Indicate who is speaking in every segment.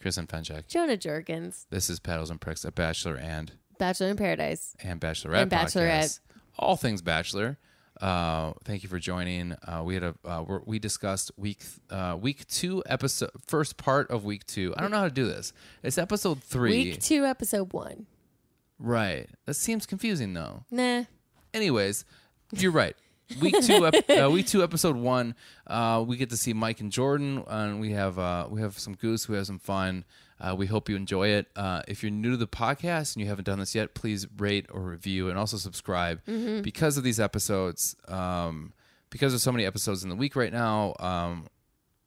Speaker 1: Kristen Fenchek.
Speaker 2: Jonah Jerkins,
Speaker 1: This is Paddles and Pricks, a Bachelor and
Speaker 2: Bachelor in Paradise.
Speaker 1: and Bachelorette
Speaker 2: And Bachelorette.
Speaker 1: podcast. all things Bachelor. Uh, thank you for joining. Uh, we had a uh, we're, we discussed week uh, week two episode first part of week two. I don't know how to do this. It's episode three,
Speaker 2: Week two, episode one.
Speaker 1: right? That seems confusing though.
Speaker 2: Nah.
Speaker 1: Anyways, you're right. Week two, ep- uh, week two, episode one. Uh, we get to see Mike and Jordan, and we have uh, we have some goose. We have some fun. Uh, we hope you enjoy it. Uh, if you're new to the podcast and you haven't done this yet, please rate or review and also subscribe because of these episodes. Um, because there's so many episodes in the week right now, um,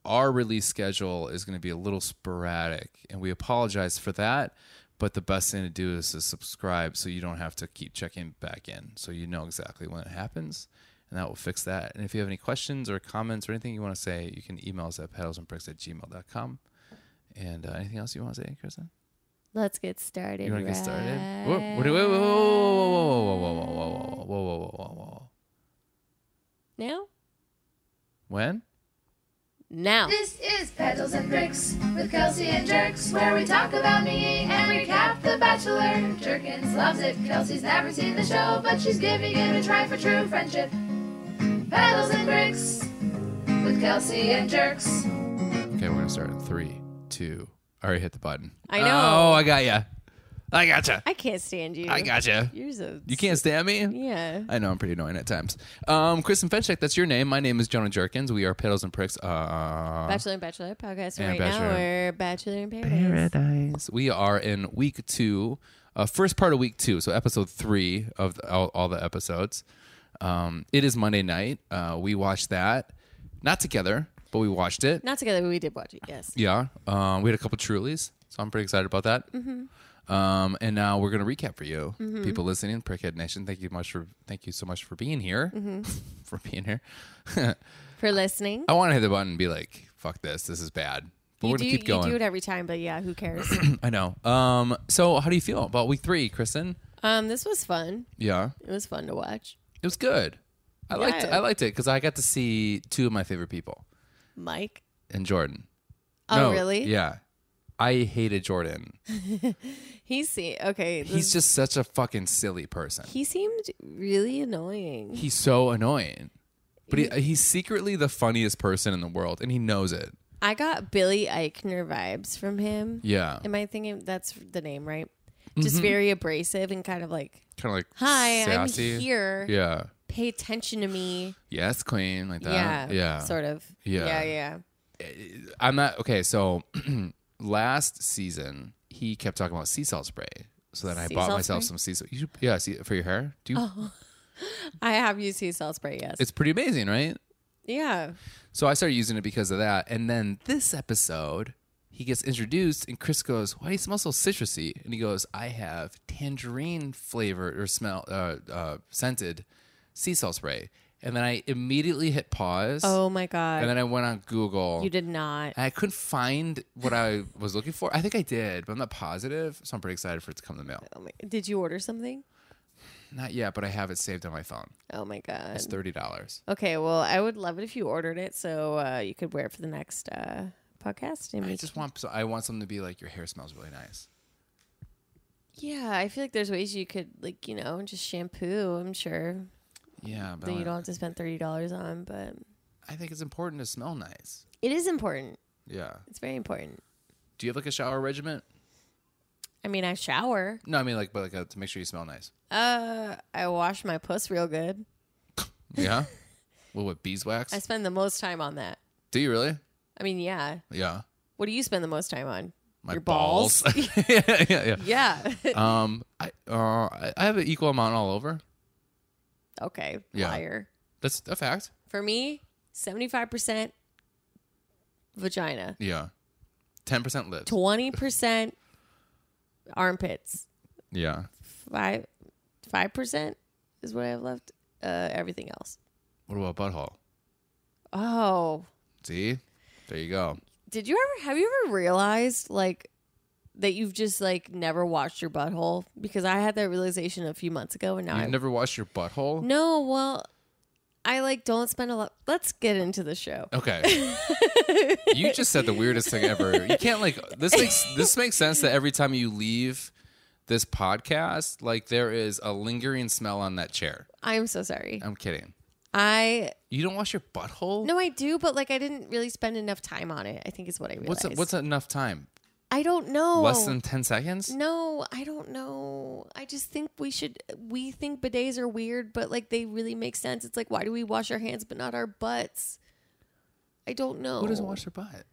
Speaker 1: our release schedule is going to be a little sporadic, and we apologize for that. But the best thing to do is to subscribe so you don't have to keep checking back in. So you know exactly when it happens, and that will fix that. And if you have any questions or comments or anything you want to say, you can email us at pedalsandbricks at gmail.com. And uh, anything else you want to say, Kristen?
Speaker 2: Let's get started.
Speaker 1: You want to get started? Whoa, whoa, whoa, whoa, whoa, whoa, whoa, whoa, whoa, whoa, whoa, whoa, whoa, whoa, whoa.
Speaker 2: Now?
Speaker 1: When?
Speaker 2: Now.
Speaker 3: This is Pedals and Bricks with Kelsey and Jerks, where we talk about me and recap The Bachelor. Jerkins loves it. Kelsey's never seen the show, but she's giving it a try for true friendship. Pedals and Bricks with Kelsey and Jerks.
Speaker 1: Okay, we're gonna start in three, two. I already hit the button.
Speaker 2: I know.
Speaker 1: Oh, I got ya. I gotcha.
Speaker 2: I can't stand you.
Speaker 1: I gotcha.
Speaker 2: You're so.
Speaker 1: You can't Uh-huh. stand me.
Speaker 2: Yeah.
Speaker 1: I know I'm pretty annoying at times. Um, Kristen Fenchek, that's your name. My name is Jonah Jerkins. We are Pedals and Pricks. Uh,
Speaker 2: Bachelor and Bachelorette podcast.
Speaker 1: And
Speaker 2: Right
Speaker 1: Bachelor.
Speaker 2: now we're Bachelor in Paradise.
Speaker 1: Paradise. We are in week two, uh, first part of week two, so episode three of the, all, all the episodes. Um, it is Monday night. Uh, we watched that, not together, but we watched it.
Speaker 2: Not together, but we did watch it. Yes.
Speaker 1: Yeah, um, we had a couple Trulies, so I'm pretty excited about that.
Speaker 2: Mm-hmm.
Speaker 1: Um, and now we're gonna recap for you, people listening, Prickhead Nation. Thank you much for thank you so much for being here,
Speaker 2: Mm-hmm.
Speaker 1: for being here.
Speaker 2: For listening.
Speaker 1: I want to hit the button and be like, "Fuck this, this is bad," Oh, but
Speaker 2: you
Speaker 1: we're
Speaker 2: do,
Speaker 1: gonna keep
Speaker 2: you do
Speaker 1: going.
Speaker 2: it every time, but yeah, who cares?
Speaker 1: I know. Um, so how do you feel about week three, Kristen?
Speaker 2: um, this was fun.
Speaker 1: Yeah,
Speaker 2: It was fun to watch.
Speaker 1: it was good. I liked
Speaker 2: Yeah.
Speaker 1: I liked it because I got to see two of my favorite people
Speaker 2: Mike.
Speaker 1: and Jordan.
Speaker 2: Oh, really?
Speaker 1: Yeah, I hated Jordan.
Speaker 2: He see. Okay. this-
Speaker 1: He's just such a fucking silly person.
Speaker 2: he seemed really annoying.
Speaker 1: He's so annoying. But he, he's secretly the funniest person in the world, and he knows it.
Speaker 2: I got Billy Eichner vibes from him.
Speaker 1: Yeah. Mm-hmm.
Speaker 2: Am I thinking that's the name, right? Just very abrasive and kind of like,
Speaker 1: Kind of like
Speaker 2: hi,
Speaker 1: sassy.
Speaker 2: I'm here.
Speaker 1: Yeah.
Speaker 2: Pay attention to me.
Speaker 1: Yes, queen. Like that.
Speaker 2: yeah.
Speaker 1: Yeah.
Speaker 2: Sort of.
Speaker 1: Yeah.
Speaker 2: Yeah. Yeah.
Speaker 1: I'm not okay. So last season he kept talking about sea salt spray. So then I
Speaker 2: Sea
Speaker 1: bought
Speaker 2: salt
Speaker 1: myself
Speaker 2: spray?
Speaker 1: some
Speaker 2: Uh-huh.
Speaker 1: sea salt. You should, yeah, see, for your hair. Do you,
Speaker 2: I have used sea salt spray. Yes.
Speaker 1: it's pretty amazing, right?
Speaker 2: yeah.
Speaker 1: So I started using it because of that. And then this episode, he gets introduced, and Chris goes, "Why do you smell so citrusy?" And he goes, "I have tangerine flavored or smell uh, uh, scented sea salt spray." And then I immediately hit pause,
Speaker 2: Oh my god.
Speaker 1: and then I went on Google.
Speaker 2: you did not.
Speaker 1: And I couldn't find what I was looking for. I think I did, but I'm not positive. So I'm pretty excited for it to come in the mail.
Speaker 2: Oh my- did you order something?
Speaker 1: Not yet, but I have it saved on my phone.
Speaker 2: Oh my god.
Speaker 1: It's thirty dollars.
Speaker 2: Okay, well, I would love it if you ordered it so uh, you could wear it for the next uh, podcast. And
Speaker 1: I
Speaker 2: we
Speaker 1: just want so I want something to be like your hair smells really nice.
Speaker 2: yeah, I feel like there's ways you could like you know just shampoo. I'm sure
Speaker 1: Yeah, but
Speaker 2: that you
Speaker 1: I-
Speaker 2: don't have to spend thirty dollars on, but
Speaker 1: I think it's important to smell nice.
Speaker 2: it is important.
Speaker 1: Yeah.
Speaker 2: It's very important.
Speaker 1: Do you have like a shower regiment?
Speaker 2: I mean, I shower.
Speaker 1: No, I mean like, but like a, to make sure you smell nice.
Speaker 2: Uh, I wash my puss real good.
Speaker 1: Yeah. well, with beeswax?
Speaker 2: I spend the most time on that.
Speaker 1: Do you really?
Speaker 2: I mean, yeah.
Speaker 1: Yeah.
Speaker 2: What do you spend the most time on?
Speaker 1: My
Speaker 2: Your balls?
Speaker 1: yeah, yeah,
Speaker 2: Yeah.
Speaker 1: yeah. Um, I uh, I I have an equal amount all over.
Speaker 2: okay.
Speaker 1: Yeah.
Speaker 2: Liar.
Speaker 1: That's a fact.
Speaker 2: For me, seventy five percent vagina.
Speaker 1: Yeah. Ten percent lips.
Speaker 2: twenty percent armpits,
Speaker 1: yeah.
Speaker 2: five five percent is what I have left. Uh, everything else.
Speaker 1: What about butthole?
Speaker 2: Oh,
Speaker 1: See, there you go.
Speaker 2: did you ever have you ever realized like that you've just like never watched your butthole? Because I had that realization a few months ago, and now
Speaker 1: You've
Speaker 2: I
Speaker 1: never washed your butthole.
Speaker 2: no. Well, I like don't spend a lot. Let's get into the show.
Speaker 1: Okay. you just said the weirdest thing ever. You can't like this makes this makes sense that every time you leave this podcast, like there is a lingering smell on that chair.
Speaker 2: I'm so sorry.
Speaker 1: I'm kidding.
Speaker 2: I
Speaker 1: You don't wash your butthole?
Speaker 2: no, I do, but like I didn't really spend enough time on it. I think is what I realized.
Speaker 1: What's what's enough time?
Speaker 2: I don't know.
Speaker 1: Less than ten seconds?
Speaker 2: No, I don't know. I just think we should. We think bidets are weird, but like they really make sense. It's like why do we wash our hands but not our butts? I don't know.
Speaker 1: Who doesn't wash their butt?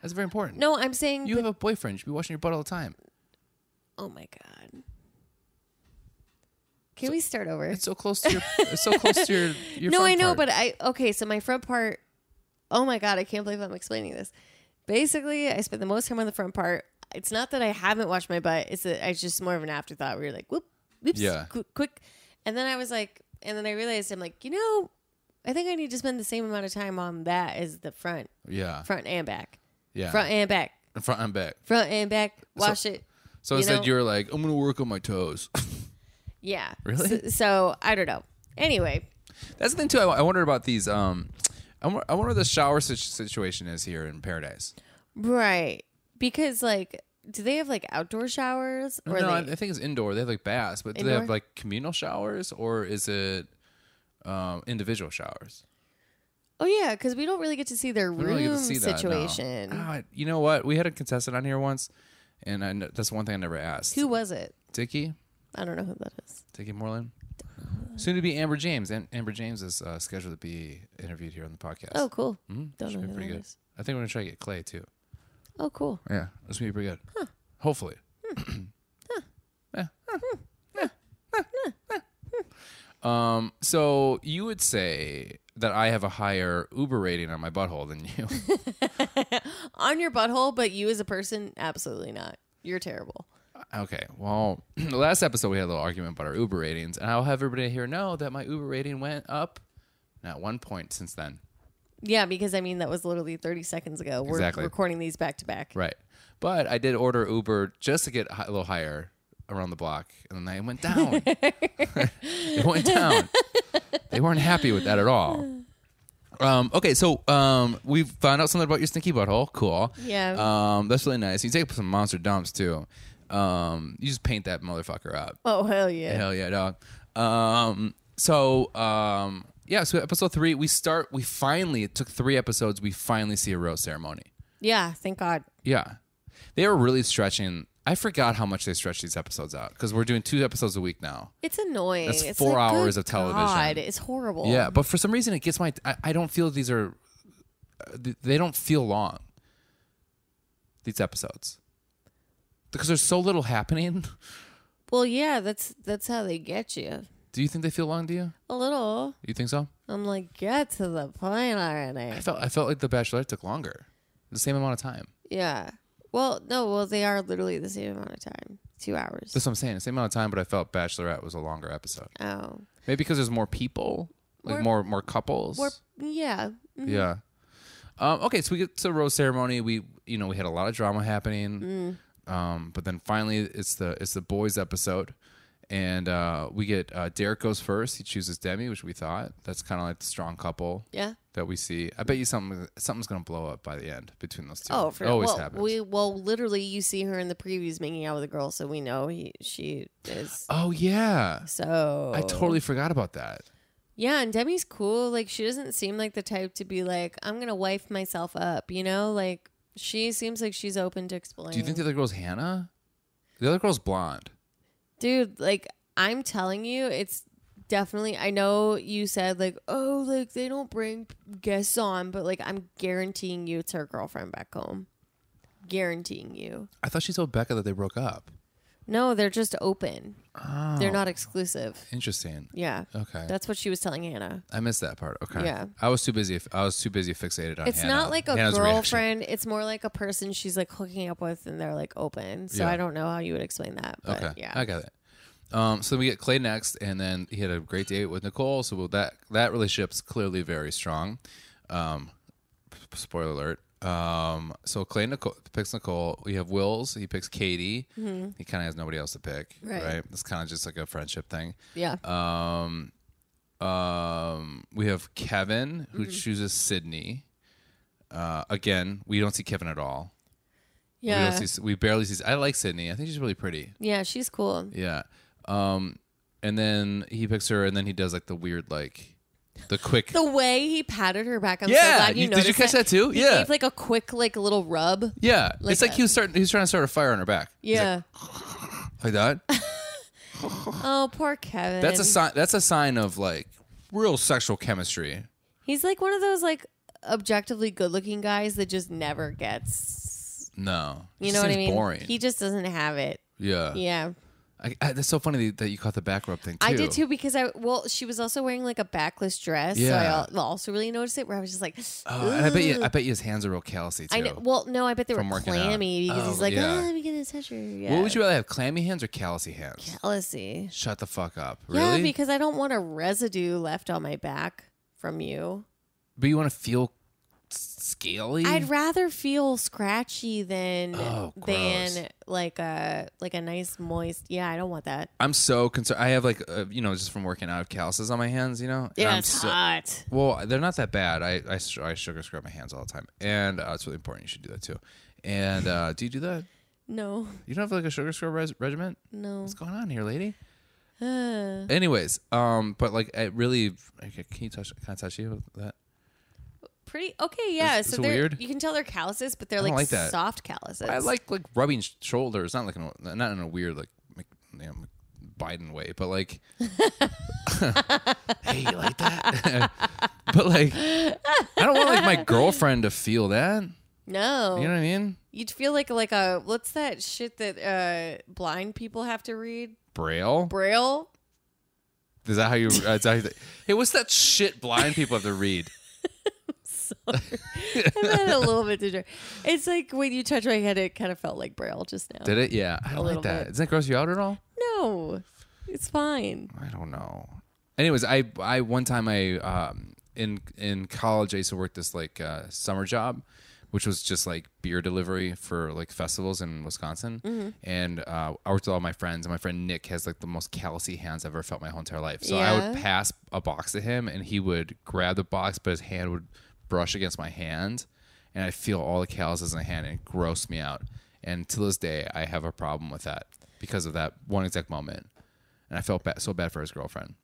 Speaker 1: That's very important.
Speaker 2: No, I'm saying.
Speaker 1: You have a boyfriend. You should be washing your butt all the time.
Speaker 2: oh my god. Can we start over?
Speaker 1: It's so close to your. it's so close to your. your
Speaker 2: no,
Speaker 1: front
Speaker 2: I know,
Speaker 1: part.
Speaker 2: but I okay. So my front part. Oh my god, I can't believe I'm explaining this. Basically, I spend the most time on the front part. It's not that I haven't washed my butt. It's that it's just more of an afterthought. Where you're like, whoop, whoops,
Speaker 1: Yeah.
Speaker 2: qu- quick, and then I was like, and then I realized I'm like, you know, I think I need to spend the same amount of time on that as the front,
Speaker 1: yeah,
Speaker 2: front and back,
Speaker 1: yeah,
Speaker 2: front and back,
Speaker 1: front and back.
Speaker 2: front and back. Wash it.
Speaker 1: So
Speaker 2: You
Speaker 1: instead,
Speaker 2: know-
Speaker 1: you're like, I'm gonna work on my toes.
Speaker 2: Yeah.
Speaker 1: Really?
Speaker 2: So, so I don't know. Anyway,
Speaker 1: That's the thing too. I, I wonder about these. Um, I wonder, I wonder what the shower situ- situation is here in Paradise.
Speaker 2: right? Because like, do they have like outdoor showers?
Speaker 1: no, I, I
Speaker 2: they-
Speaker 1: think it's indoor. They have like baths, but do they have
Speaker 2: Indoor?
Speaker 1: like communal showers or is it um, individual showers?
Speaker 2: Oh yeah, because we don't really get to see their
Speaker 1: We
Speaker 2: room
Speaker 1: don't really get to see
Speaker 2: situation.
Speaker 1: that. Ah, No. God, you know what? We had a contestant on here once, and I, kn- that's one thing I never asked.
Speaker 2: Who was it?
Speaker 1: Dickie,
Speaker 2: I don't know who that is.
Speaker 1: Dickie Moreland. Soon to be Amber James, and Amber James is uh, scheduled to be interviewed here on the podcast.
Speaker 2: Oh cool.
Speaker 1: Mhm.
Speaker 2: Don't
Speaker 1: Should be
Speaker 2: know who that
Speaker 1: pretty
Speaker 2: is.
Speaker 1: good. I think we're gonna try to get Clay too.
Speaker 2: Oh cool.
Speaker 1: Yeah, that's gonna be pretty good. Hopefully. Yeah. Yeah. Um. So you would say that I have a higher Uber rating on my butthole than you.
Speaker 2: On your butthole, but you as a person, absolutely not. You're terrible.
Speaker 1: okay. Well, the last episode we had a little argument about our Uber ratings, and I'll have everybody here know that my Uber rating went up, not one point since then.
Speaker 2: Yeah, because I mean that was literally 30 seconds ago. We're
Speaker 1: Exactly.
Speaker 2: recording these back to back.
Speaker 1: Right. But I did order Uber just to get hi- a little higher around the block, and then it went down. it went down. They weren't happy with that at all. Um, okay, so um, we found out something about your stinky butthole. Cool.
Speaker 2: Yeah.
Speaker 1: Um, that's really nice. You take some monster dumps too. Um, you just paint that motherfucker up.
Speaker 2: Oh hell yeah.
Speaker 1: Hell yeah, dog. Um, so um, yeah, so episode three, we start. We finally it took three episodes. We finally see a rose ceremony.
Speaker 2: Yeah, thank God.
Speaker 1: Yeah. They were really stretching. I forgot how much they stretch these episodes out because we're doing two episodes a week now.
Speaker 2: It's annoying.
Speaker 1: That's
Speaker 2: It's
Speaker 1: four
Speaker 2: like,
Speaker 1: hours
Speaker 2: good
Speaker 1: of television.
Speaker 2: God, it's horrible.
Speaker 1: Yeah, but for some reason it gets my. I, I don't feel these are. uh, th- They don't feel long. These episodes, because there's so little happening.
Speaker 2: Well, yeah, that's that's how they get you.
Speaker 1: Do you think they feel long? Do you?
Speaker 2: A little.
Speaker 1: You think so?
Speaker 2: I'm like, get to the point
Speaker 1: I
Speaker 2: already.
Speaker 1: felt. I felt like The Bachelorette took longer, the same amount of time.
Speaker 2: Yeah. Well, no, well, they are literally the same amount of time. Two hours.
Speaker 1: That's what I'm saying. The same amount of time, but I felt Bachelorette was a longer episode.
Speaker 2: oh.
Speaker 1: Maybe because there's more people, like more
Speaker 2: More-
Speaker 1: more, couples.
Speaker 2: Or, yeah. Mm.
Speaker 1: Yeah. Um, okay, so we get to rose ceremony. We you know we had a lot of drama happening,
Speaker 2: Mm.
Speaker 1: um, but then finally it's the it's the boys episode, and uh, we get uh, Derek goes first. He chooses Demi, which we thought that's kind of like the strong couple
Speaker 2: Yeah.
Speaker 1: that we see. I bet you something something's gonna blow up by the end between those two.
Speaker 2: Oh, for
Speaker 1: it always
Speaker 2: well,
Speaker 1: happens.
Speaker 2: We well, literally, you see her in the previews making out with a girl, so we know he she is.
Speaker 1: oh yeah,
Speaker 2: So
Speaker 1: I totally forgot about that.
Speaker 2: yeah, and Demi's cool. Like she doesn't seem like the type to be like, I'm gonna wife myself up. You know, like she seems like she's open to exploring.
Speaker 1: Do you think the other girl's Hannah? The other girl's blonde.
Speaker 2: dude like i'm telling you it's definitely i know you said like oh like they don't bring guests on but like i'm guaranteeing you it's her girlfriend back home guaranteeing you
Speaker 1: I thought she told Becca that they broke up.
Speaker 2: no they're just open
Speaker 1: Oh,
Speaker 2: they're not exclusive
Speaker 1: interesting.
Speaker 2: yeah
Speaker 1: Okay.
Speaker 2: that's what she was telling hannah
Speaker 1: I missed that part. Okay.
Speaker 2: Yeah.
Speaker 1: I was too busy. I was too busy fixated on.
Speaker 2: it's
Speaker 1: Hannah-
Speaker 2: not like a
Speaker 1: Hannah's reaction.
Speaker 2: girlfriend it's more like a person she's like hooking up with and they're like open so
Speaker 1: Yeah.
Speaker 2: i don't know how you would explain that but
Speaker 1: Okay.
Speaker 2: yeah
Speaker 1: I got it. Um, so we get Clay next, and then he had a great date with Nicole. So that that relationship's clearly very strong. Um, p- spoiler alert. Um, so Clay Nicole, picks Nicole. We have Wills. He picks Katie. He kind of has nobody else to pick.
Speaker 2: Mm-hmm. Right.
Speaker 1: uh, Right. It's kind of just like a friendship thing.
Speaker 2: yeah
Speaker 1: Um, um, we have Kevin who
Speaker 2: Mm-hmm.
Speaker 1: chooses Sydney. Uh, again, we don't see Kevin at all. We,
Speaker 2: Yeah.
Speaker 1: don't see, we barely see. I like Sydney. I think she's really pretty.
Speaker 2: Yeah, she's cool.
Speaker 1: Yeah. Um, and then he picks her, and then he does like the weird, like the quick.
Speaker 2: The way he patted her back, I'm
Speaker 1: Yeah,
Speaker 2: so glad you,
Speaker 1: you- did you
Speaker 2: noticed.
Speaker 1: catch that too?
Speaker 2: He
Speaker 1: Yeah.
Speaker 2: gave like a quick, like little rub.
Speaker 1: yeah,
Speaker 2: like
Speaker 1: it's like
Speaker 2: a-
Speaker 1: he was starting. He was trying to start a fire on her back. He's like,
Speaker 2: Yeah.
Speaker 1: like that.
Speaker 2: oh, poor Kevin.
Speaker 1: That's a sign. That's a sign of like real sexual chemistry.
Speaker 2: He's like one of those like objectively good-looking guys that just never gets.
Speaker 1: No,
Speaker 2: You
Speaker 1: It
Speaker 2: know
Speaker 1: just
Speaker 2: what I
Speaker 1: seems
Speaker 2: mean?
Speaker 1: Boring. Uh,
Speaker 2: He just doesn't have it.
Speaker 1: yeah.
Speaker 2: Yeah.
Speaker 1: I, I, that's so funny that you caught the back rub thing too.
Speaker 2: I did too because I well she was also wearing like a backless dress
Speaker 1: Yeah.
Speaker 2: so I al- also really noticed it where I was just like
Speaker 1: Oh, and I bet you.
Speaker 2: "Ooh."
Speaker 1: I bet you his hands are real callousy too.
Speaker 2: I know, well no I bet they were
Speaker 1: From working out.
Speaker 2: clammy because
Speaker 1: Oh,
Speaker 2: he's like
Speaker 1: yeah.
Speaker 2: oh, let me get this touch her yeah.
Speaker 1: What would you rather have, clammy hands or callousy hands?
Speaker 2: jealousy
Speaker 1: Shut the fuck up.
Speaker 2: yeah
Speaker 1: Really?
Speaker 2: because I don't want a residue left on my back from you
Speaker 1: but you want to feel s- scaly?
Speaker 2: I'd rather feel scratchy than
Speaker 1: Oh, gross.
Speaker 2: than like a like a nice moist yeah I don't want that
Speaker 1: I'm so concerned. I have like, uh, you know, just from working out, I have calluses on my hands. You know, And
Speaker 2: yeah
Speaker 1: I'm
Speaker 2: it's
Speaker 1: so-
Speaker 2: hot
Speaker 1: Well, they're not that bad. I I, str- I sugar scrub my hands all the time, and uh, it's really important. You should do that too. And uh, do you do that?
Speaker 2: no
Speaker 1: You don't have like a sugar scrub res- regiment?
Speaker 2: no
Speaker 1: What's going on here, lady?
Speaker 2: Uh,
Speaker 1: Anyways, um, but like, I really, okay, can you touch? Can I touch you with that?
Speaker 2: pretty okay yeah
Speaker 1: Is-
Speaker 2: so
Speaker 1: is it
Speaker 2: they're
Speaker 1: weird?
Speaker 2: you can tell they're calluses but they're
Speaker 1: don't
Speaker 2: like,
Speaker 1: like that.
Speaker 2: soft calluses
Speaker 1: I like like rubbing sh- shoulders, not like in a, not in a weird like Mc- you know, Biden way, but like, hey, you like that? but like, I don't want like my girlfriend to feel that.
Speaker 2: no
Speaker 1: You know what I mean?
Speaker 2: you'd feel like like a what's that shit that uh blind people have to read
Speaker 1: Braille?
Speaker 2: braille
Speaker 1: Is that how you? uh, Is that how you hey, what's that shit blind people have to read?
Speaker 2: i had a little bit to drink it's like when you touch my head it kind of felt like braille just now
Speaker 1: Did it? Yeah, I don't like
Speaker 2: little
Speaker 1: that.
Speaker 2: bit.
Speaker 1: Does that gross you out at all?
Speaker 2: no it's fine
Speaker 1: I don't know. Anyways, I I one time I um in in college I used to work this like uh, summer job, which was just like beer delivery for like festivals in Wisconsin, and uh, I worked with all my friends. And my friend Nick has like the most callousy hands I've ever felt my whole entire life. So I would
Speaker 2: Yeah.
Speaker 1: pass a box to him, and he would grab the box, but his hand would brush against my hand, and I feel all the calluses in the hand, and it grossed me out. And to this day, I have a problem with that because of that one exact moment and I felt ba- so bad for his girlfriend.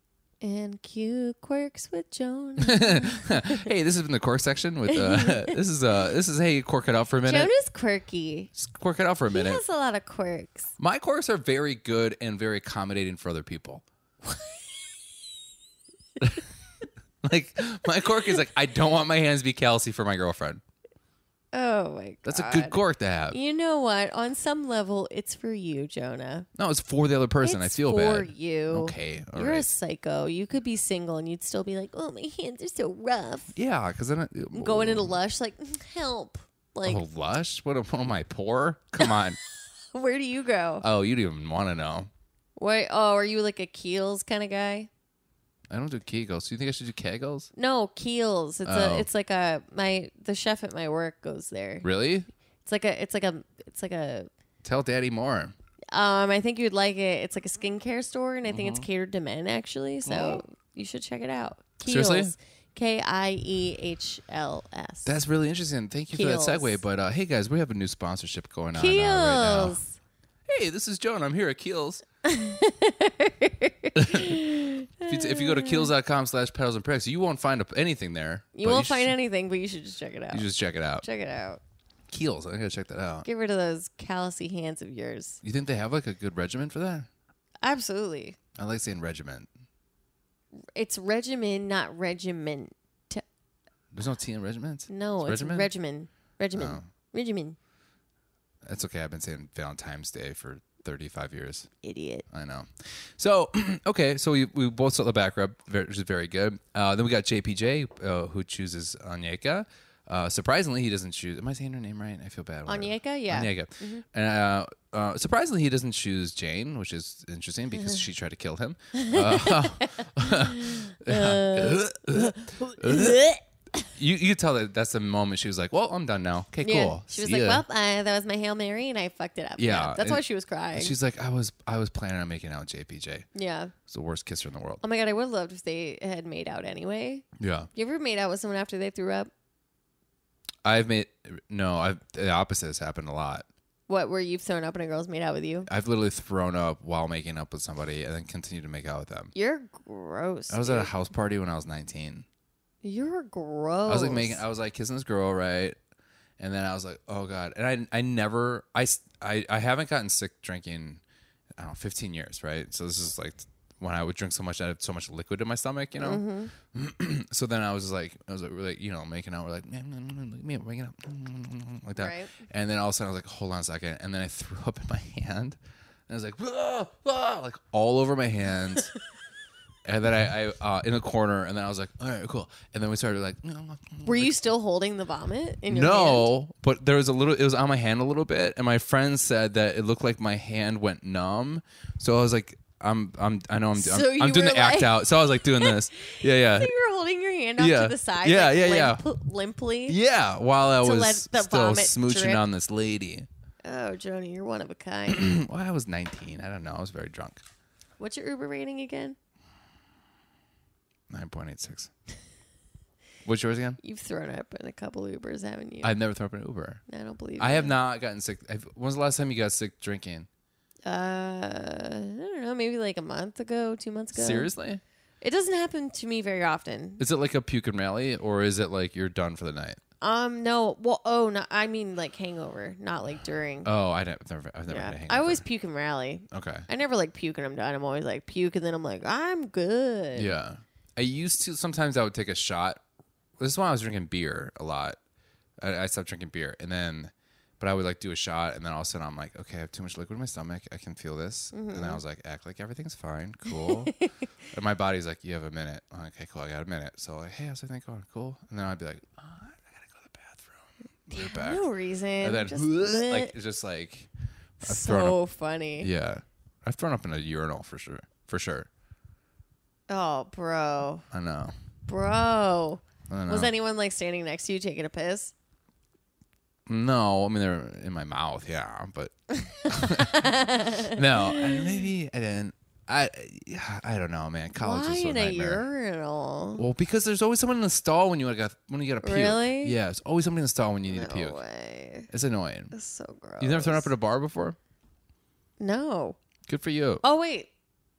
Speaker 2: and cute quirks with joan
Speaker 1: hey, this has been the cork section with uh, this is uh this is hey cork it out for a minute.
Speaker 2: joan is quirky
Speaker 1: Just cork it out for a
Speaker 2: he
Speaker 1: minute.
Speaker 2: has a lot of quirks
Speaker 1: My corks are very good and very accommodating for other people. like my cork is like I don't want my hands to be callousy for my girlfriend.
Speaker 2: oh my god
Speaker 1: That's a good cork to have.
Speaker 2: you know what on some level it's for you jonah
Speaker 1: No, it's for the other person. I
Speaker 2: It's
Speaker 1: feel
Speaker 2: for
Speaker 1: bad.
Speaker 2: you
Speaker 1: Okay, all
Speaker 2: You're a
Speaker 1: right.
Speaker 2: psycho. You could be single and you'd still be like, "Oh, my hands are so rough."
Speaker 1: Yeah, because then it,
Speaker 2: Going into Lush, like, "Mm, help. Like,
Speaker 1: oh, lush. What, am- what am I poor? Come on.
Speaker 2: where do you go?
Speaker 1: oh, you don't even want to know.
Speaker 2: Wait, oh, are you like a Keels kind of guy?
Speaker 1: I don't do kegels. Do you think I should do kegels?
Speaker 2: No, Keels. It's
Speaker 1: Oh.
Speaker 2: a, it's like a my the chef at my work goes there.
Speaker 1: Really?
Speaker 2: It's like a, it's like a, it's like a.
Speaker 1: Tell Daddy more.
Speaker 2: Um, I think you'd like it. It's like a skincare store, and I think it's
Speaker 1: Mm-hmm.
Speaker 2: catered to men actually. So you should check it out. Keels.
Speaker 1: Seriously?
Speaker 2: K I E H L S.
Speaker 1: That's really interesting. Thank you for that
Speaker 2: Kiehl's.
Speaker 1: segue. But uh, hey, guys, we have a new sponsorship going on uh, right now.
Speaker 2: Keels.
Speaker 1: Hey, this is Joan. I'm here at Keels. if, you, if you go to keels.com slash pedals and pricks, you won't find a- anything there.
Speaker 2: You
Speaker 1: but
Speaker 2: won't find
Speaker 1: should-
Speaker 2: anything, but you should just check it out.
Speaker 1: You just check it out.
Speaker 2: check it out.
Speaker 1: Keels. I gotta check that out.
Speaker 2: Get rid of those callousy hands of yours.
Speaker 1: You think they have like a good regiment for that?
Speaker 2: Absolutely.
Speaker 1: I like saying regiment.
Speaker 2: It's regimen, not regiment.
Speaker 1: There's no T in regiment.
Speaker 2: No, it's,
Speaker 1: regimen? Oh.
Speaker 2: regimen. Regimen. Regimen.
Speaker 1: That's okay. I've been saying Valentine's Day for 35 years.
Speaker 2: Idiot.
Speaker 1: I know. So okay, so we, we both saw the back rub, ver- which is very good. Uh, then we got JPJ, uh, who chooses Anyeka. Uh, surprisingly, he doesn't choose. Am I saying her name right? I feel bad. Whatever.
Speaker 2: Onyeka? Yeah. Mm-hmm.
Speaker 1: Onyeka. And uh, uh, surprisingly, he doesn't choose Jane, which is interesting because she tried to kill him. Uh, you you tell that that's the moment she was like, "Well, I'm done now. Okay,
Speaker 2: Yeah.
Speaker 1: cool."
Speaker 2: She was
Speaker 1: See
Speaker 2: like,
Speaker 1: ya."
Speaker 2: "Well, uh, that was my hail mary, and I fucked it up."
Speaker 1: Yeah,
Speaker 2: that's why
Speaker 1: and-
Speaker 2: she was crying.
Speaker 1: She's like, "I was I was planning on making out with JPJ.
Speaker 2: yeah.
Speaker 1: It's the worst kisser in the world."
Speaker 2: Oh my god, I would have loved if they had made out anyway.
Speaker 1: Yeah,
Speaker 2: You ever made out with someone after they threw up?
Speaker 1: I've made no. I've the opposite has happened a lot.
Speaker 2: What where you've thrown up and a girl's made out with you?
Speaker 1: I've literally thrown up while making up with somebody and then continued to make out with them.
Speaker 2: You're gross.
Speaker 1: I was at a
Speaker 2: dude.
Speaker 1: house party when I was 19.
Speaker 2: You're gross.
Speaker 1: I was like making, I was like kissing this girl, right? And then I was like, oh god. And I, I never, I, s- I, I haven't gotten sick drinking, I don't know, 15 years, right? So this is like when I would drink so much, I had so much liquid in my stomach, you know. so then I was just like, I was like, we're like, you know, making out, we're like, me making up, like that.
Speaker 2: Right.
Speaker 1: And then all of a sudden I was like, hold on a second, and then I threw up in my hand, and I was like, "Whoa, whoa," like all over my hands. And then I, I uh, in the corner, and then I was like, "All right, cool." And then we started like,
Speaker 2: Were you still holding the vomit in your hand?
Speaker 1: no, but there was a little. It was on my hand a little bit, and my friend said that it looked like my hand went numb. So I was like, "I'm, I'm, I know I'm,
Speaker 2: So
Speaker 1: I'm, I'm
Speaker 2: you
Speaker 1: doing
Speaker 2: were
Speaker 1: the act
Speaker 2: like-
Speaker 1: out." So I was like doing this, yeah, yeah,
Speaker 2: You were holding your hand off
Speaker 1: Yeah.
Speaker 2: to the side.
Speaker 1: Yeah,
Speaker 2: like,
Speaker 1: yeah,
Speaker 2: limp- Limply.
Speaker 1: yeah, while I
Speaker 2: To
Speaker 1: was
Speaker 2: let the
Speaker 1: still
Speaker 2: vomit
Speaker 1: smooching
Speaker 2: drip.
Speaker 1: on this lady.
Speaker 2: Oh, Joni, you're one of a kind.
Speaker 1: Well, I was 19. I don't know. I was very drunk.
Speaker 2: What's your Uber rating again?
Speaker 1: 9.86. What's yours again?
Speaker 2: You've thrown up in a couple Ubers, haven't you?
Speaker 1: I've never thrown up an Uber.
Speaker 2: I don't believe.
Speaker 1: I have
Speaker 2: you.
Speaker 1: not gotten sick. I've, when was the last time you got sick drinking?
Speaker 2: Uh, I don't know. Maybe like a month ago, two months ago.
Speaker 1: Seriously?
Speaker 2: It doesn't happen to me very often.
Speaker 1: Is it like a puke and rally, or is it like you're done for the night?
Speaker 2: Um, no. Well, oh, no. I mean, like hangover, not like during.
Speaker 1: Oh, I don't, I've never, I've never had a
Speaker 2: yeah.
Speaker 1: hangover.
Speaker 2: I always puke and rally.
Speaker 1: okay.
Speaker 2: I never like puke and I'm done. I'm always like puke and then I'm like I'm good.
Speaker 1: Yeah, I used to. Sometimes I would take a shot. This is why I was drinking beer a lot. I, I stopped drinking beer, and then, but I would like do a shot, and then all of a sudden I'm like, okay, I have too much liquid in my stomach. I can feel this, and
Speaker 2: Mm-hmm.
Speaker 1: then I was like, act like everything's fine, cool. and my body's like, you have a minute. I'm like, okay, cool. I got a minute. So like, hey, how's everything going? Cool. And then I'd be like, oh, I gotta go to the bathroom. Be
Speaker 2: For
Speaker 1: back.
Speaker 2: No reason.
Speaker 1: and then
Speaker 2: Just
Speaker 1: like
Speaker 2: bleh.
Speaker 1: it's just like I've thrown up.
Speaker 2: so funny.
Speaker 1: Yeah, I've thrown up in a urinal for sure. For sure.
Speaker 2: Oh, bro,
Speaker 1: I know.
Speaker 2: bro.
Speaker 1: I know.
Speaker 2: Was anyone like standing next to you taking a piss?
Speaker 1: No, I mean they're in my mouth, yeah, but no, I- maybe I didn't. I I don't know, man. College
Speaker 2: Why
Speaker 1: is a
Speaker 2: in a
Speaker 1: nightmare.
Speaker 2: urinal?
Speaker 1: well, because there's always someone in the stall when you got when you got to puke.
Speaker 2: Really?
Speaker 1: Yeah, it's always somebody in the stall when you need
Speaker 2: no
Speaker 1: to puke.
Speaker 2: way.
Speaker 1: It's annoying.
Speaker 2: That's so gross.
Speaker 1: You've never thrown up at a bar before?
Speaker 2: No.
Speaker 1: Good for you.
Speaker 2: Oh wait,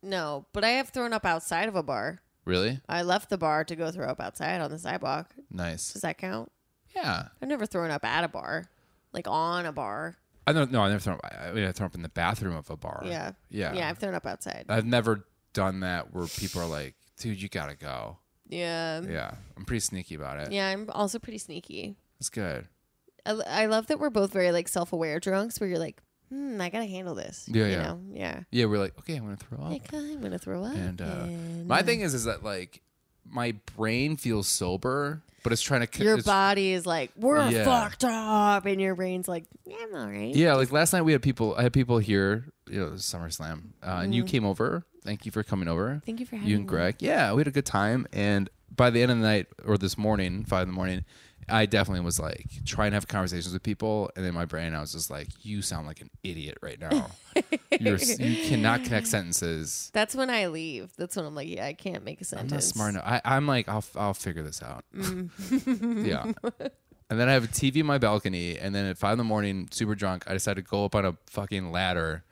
Speaker 2: no. But I have thrown up outside of a bar.
Speaker 1: Really?
Speaker 2: I left the bar to go throw up outside on the sidewalk.
Speaker 1: Nice.
Speaker 2: Does that count?
Speaker 1: Yeah.
Speaker 2: I've never thrown up at a bar, like on a bar.
Speaker 1: I don't. No, I never thrown up. I I mean, I thrown up in the bathroom of a bar.
Speaker 2: Yeah.
Speaker 1: Yeah.
Speaker 2: Yeah, I've thrown up outside.
Speaker 1: I've never done that where people are like, "Dude, you gotta go."
Speaker 2: Yeah. yeah.
Speaker 1: Yeah, I'm pretty sneaky about it.
Speaker 2: I'm also pretty sneaky.
Speaker 1: It's good.
Speaker 2: I, I love that we're both very like self-aware drunks, where you're like, hmm, I gotta handle this.
Speaker 1: Yeah,
Speaker 2: you
Speaker 1: yeah.
Speaker 2: know? yeah.
Speaker 1: Yeah, we're like, okay, I'm gonna throw up.
Speaker 2: Like I'm gonna throw up.
Speaker 1: And, uh,
Speaker 2: and,
Speaker 1: My
Speaker 2: uh,
Speaker 1: thing is, is that like my brain feels sober, but it's trying to c-
Speaker 2: your
Speaker 1: it's-
Speaker 2: body is like, we're
Speaker 1: Yeah.
Speaker 2: fucked up, and your brain's like, yeah, I'm all right.
Speaker 1: Yeah, like last night we had people. I had people here. You know, it was SummerSlam, uh, and you came over. Thank you for coming over.
Speaker 2: Mm-hmm. Thank you for having
Speaker 1: you and
Speaker 2: me.
Speaker 1: Greg. Yeah, we had a good time. And by the end of the night, or this morning, five in the morning, I definitely was like trying to have conversations with people, and in my brain, I was just like, "You sound like an idiot right now. You're, s- you cannot connect sentences."
Speaker 2: That's when I leave. That's when I'm like, yeah, I can't make a
Speaker 1: I'm
Speaker 2: sentence.
Speaker 1: not smart enough. I, I'm like, I'll, I'll figure this out.
Speaker 2: Mm.
Speaker 1: yeah. And then I have a TV in my balcony. And then at five in the morning, super drunk, I decided to go up on a fucking ladder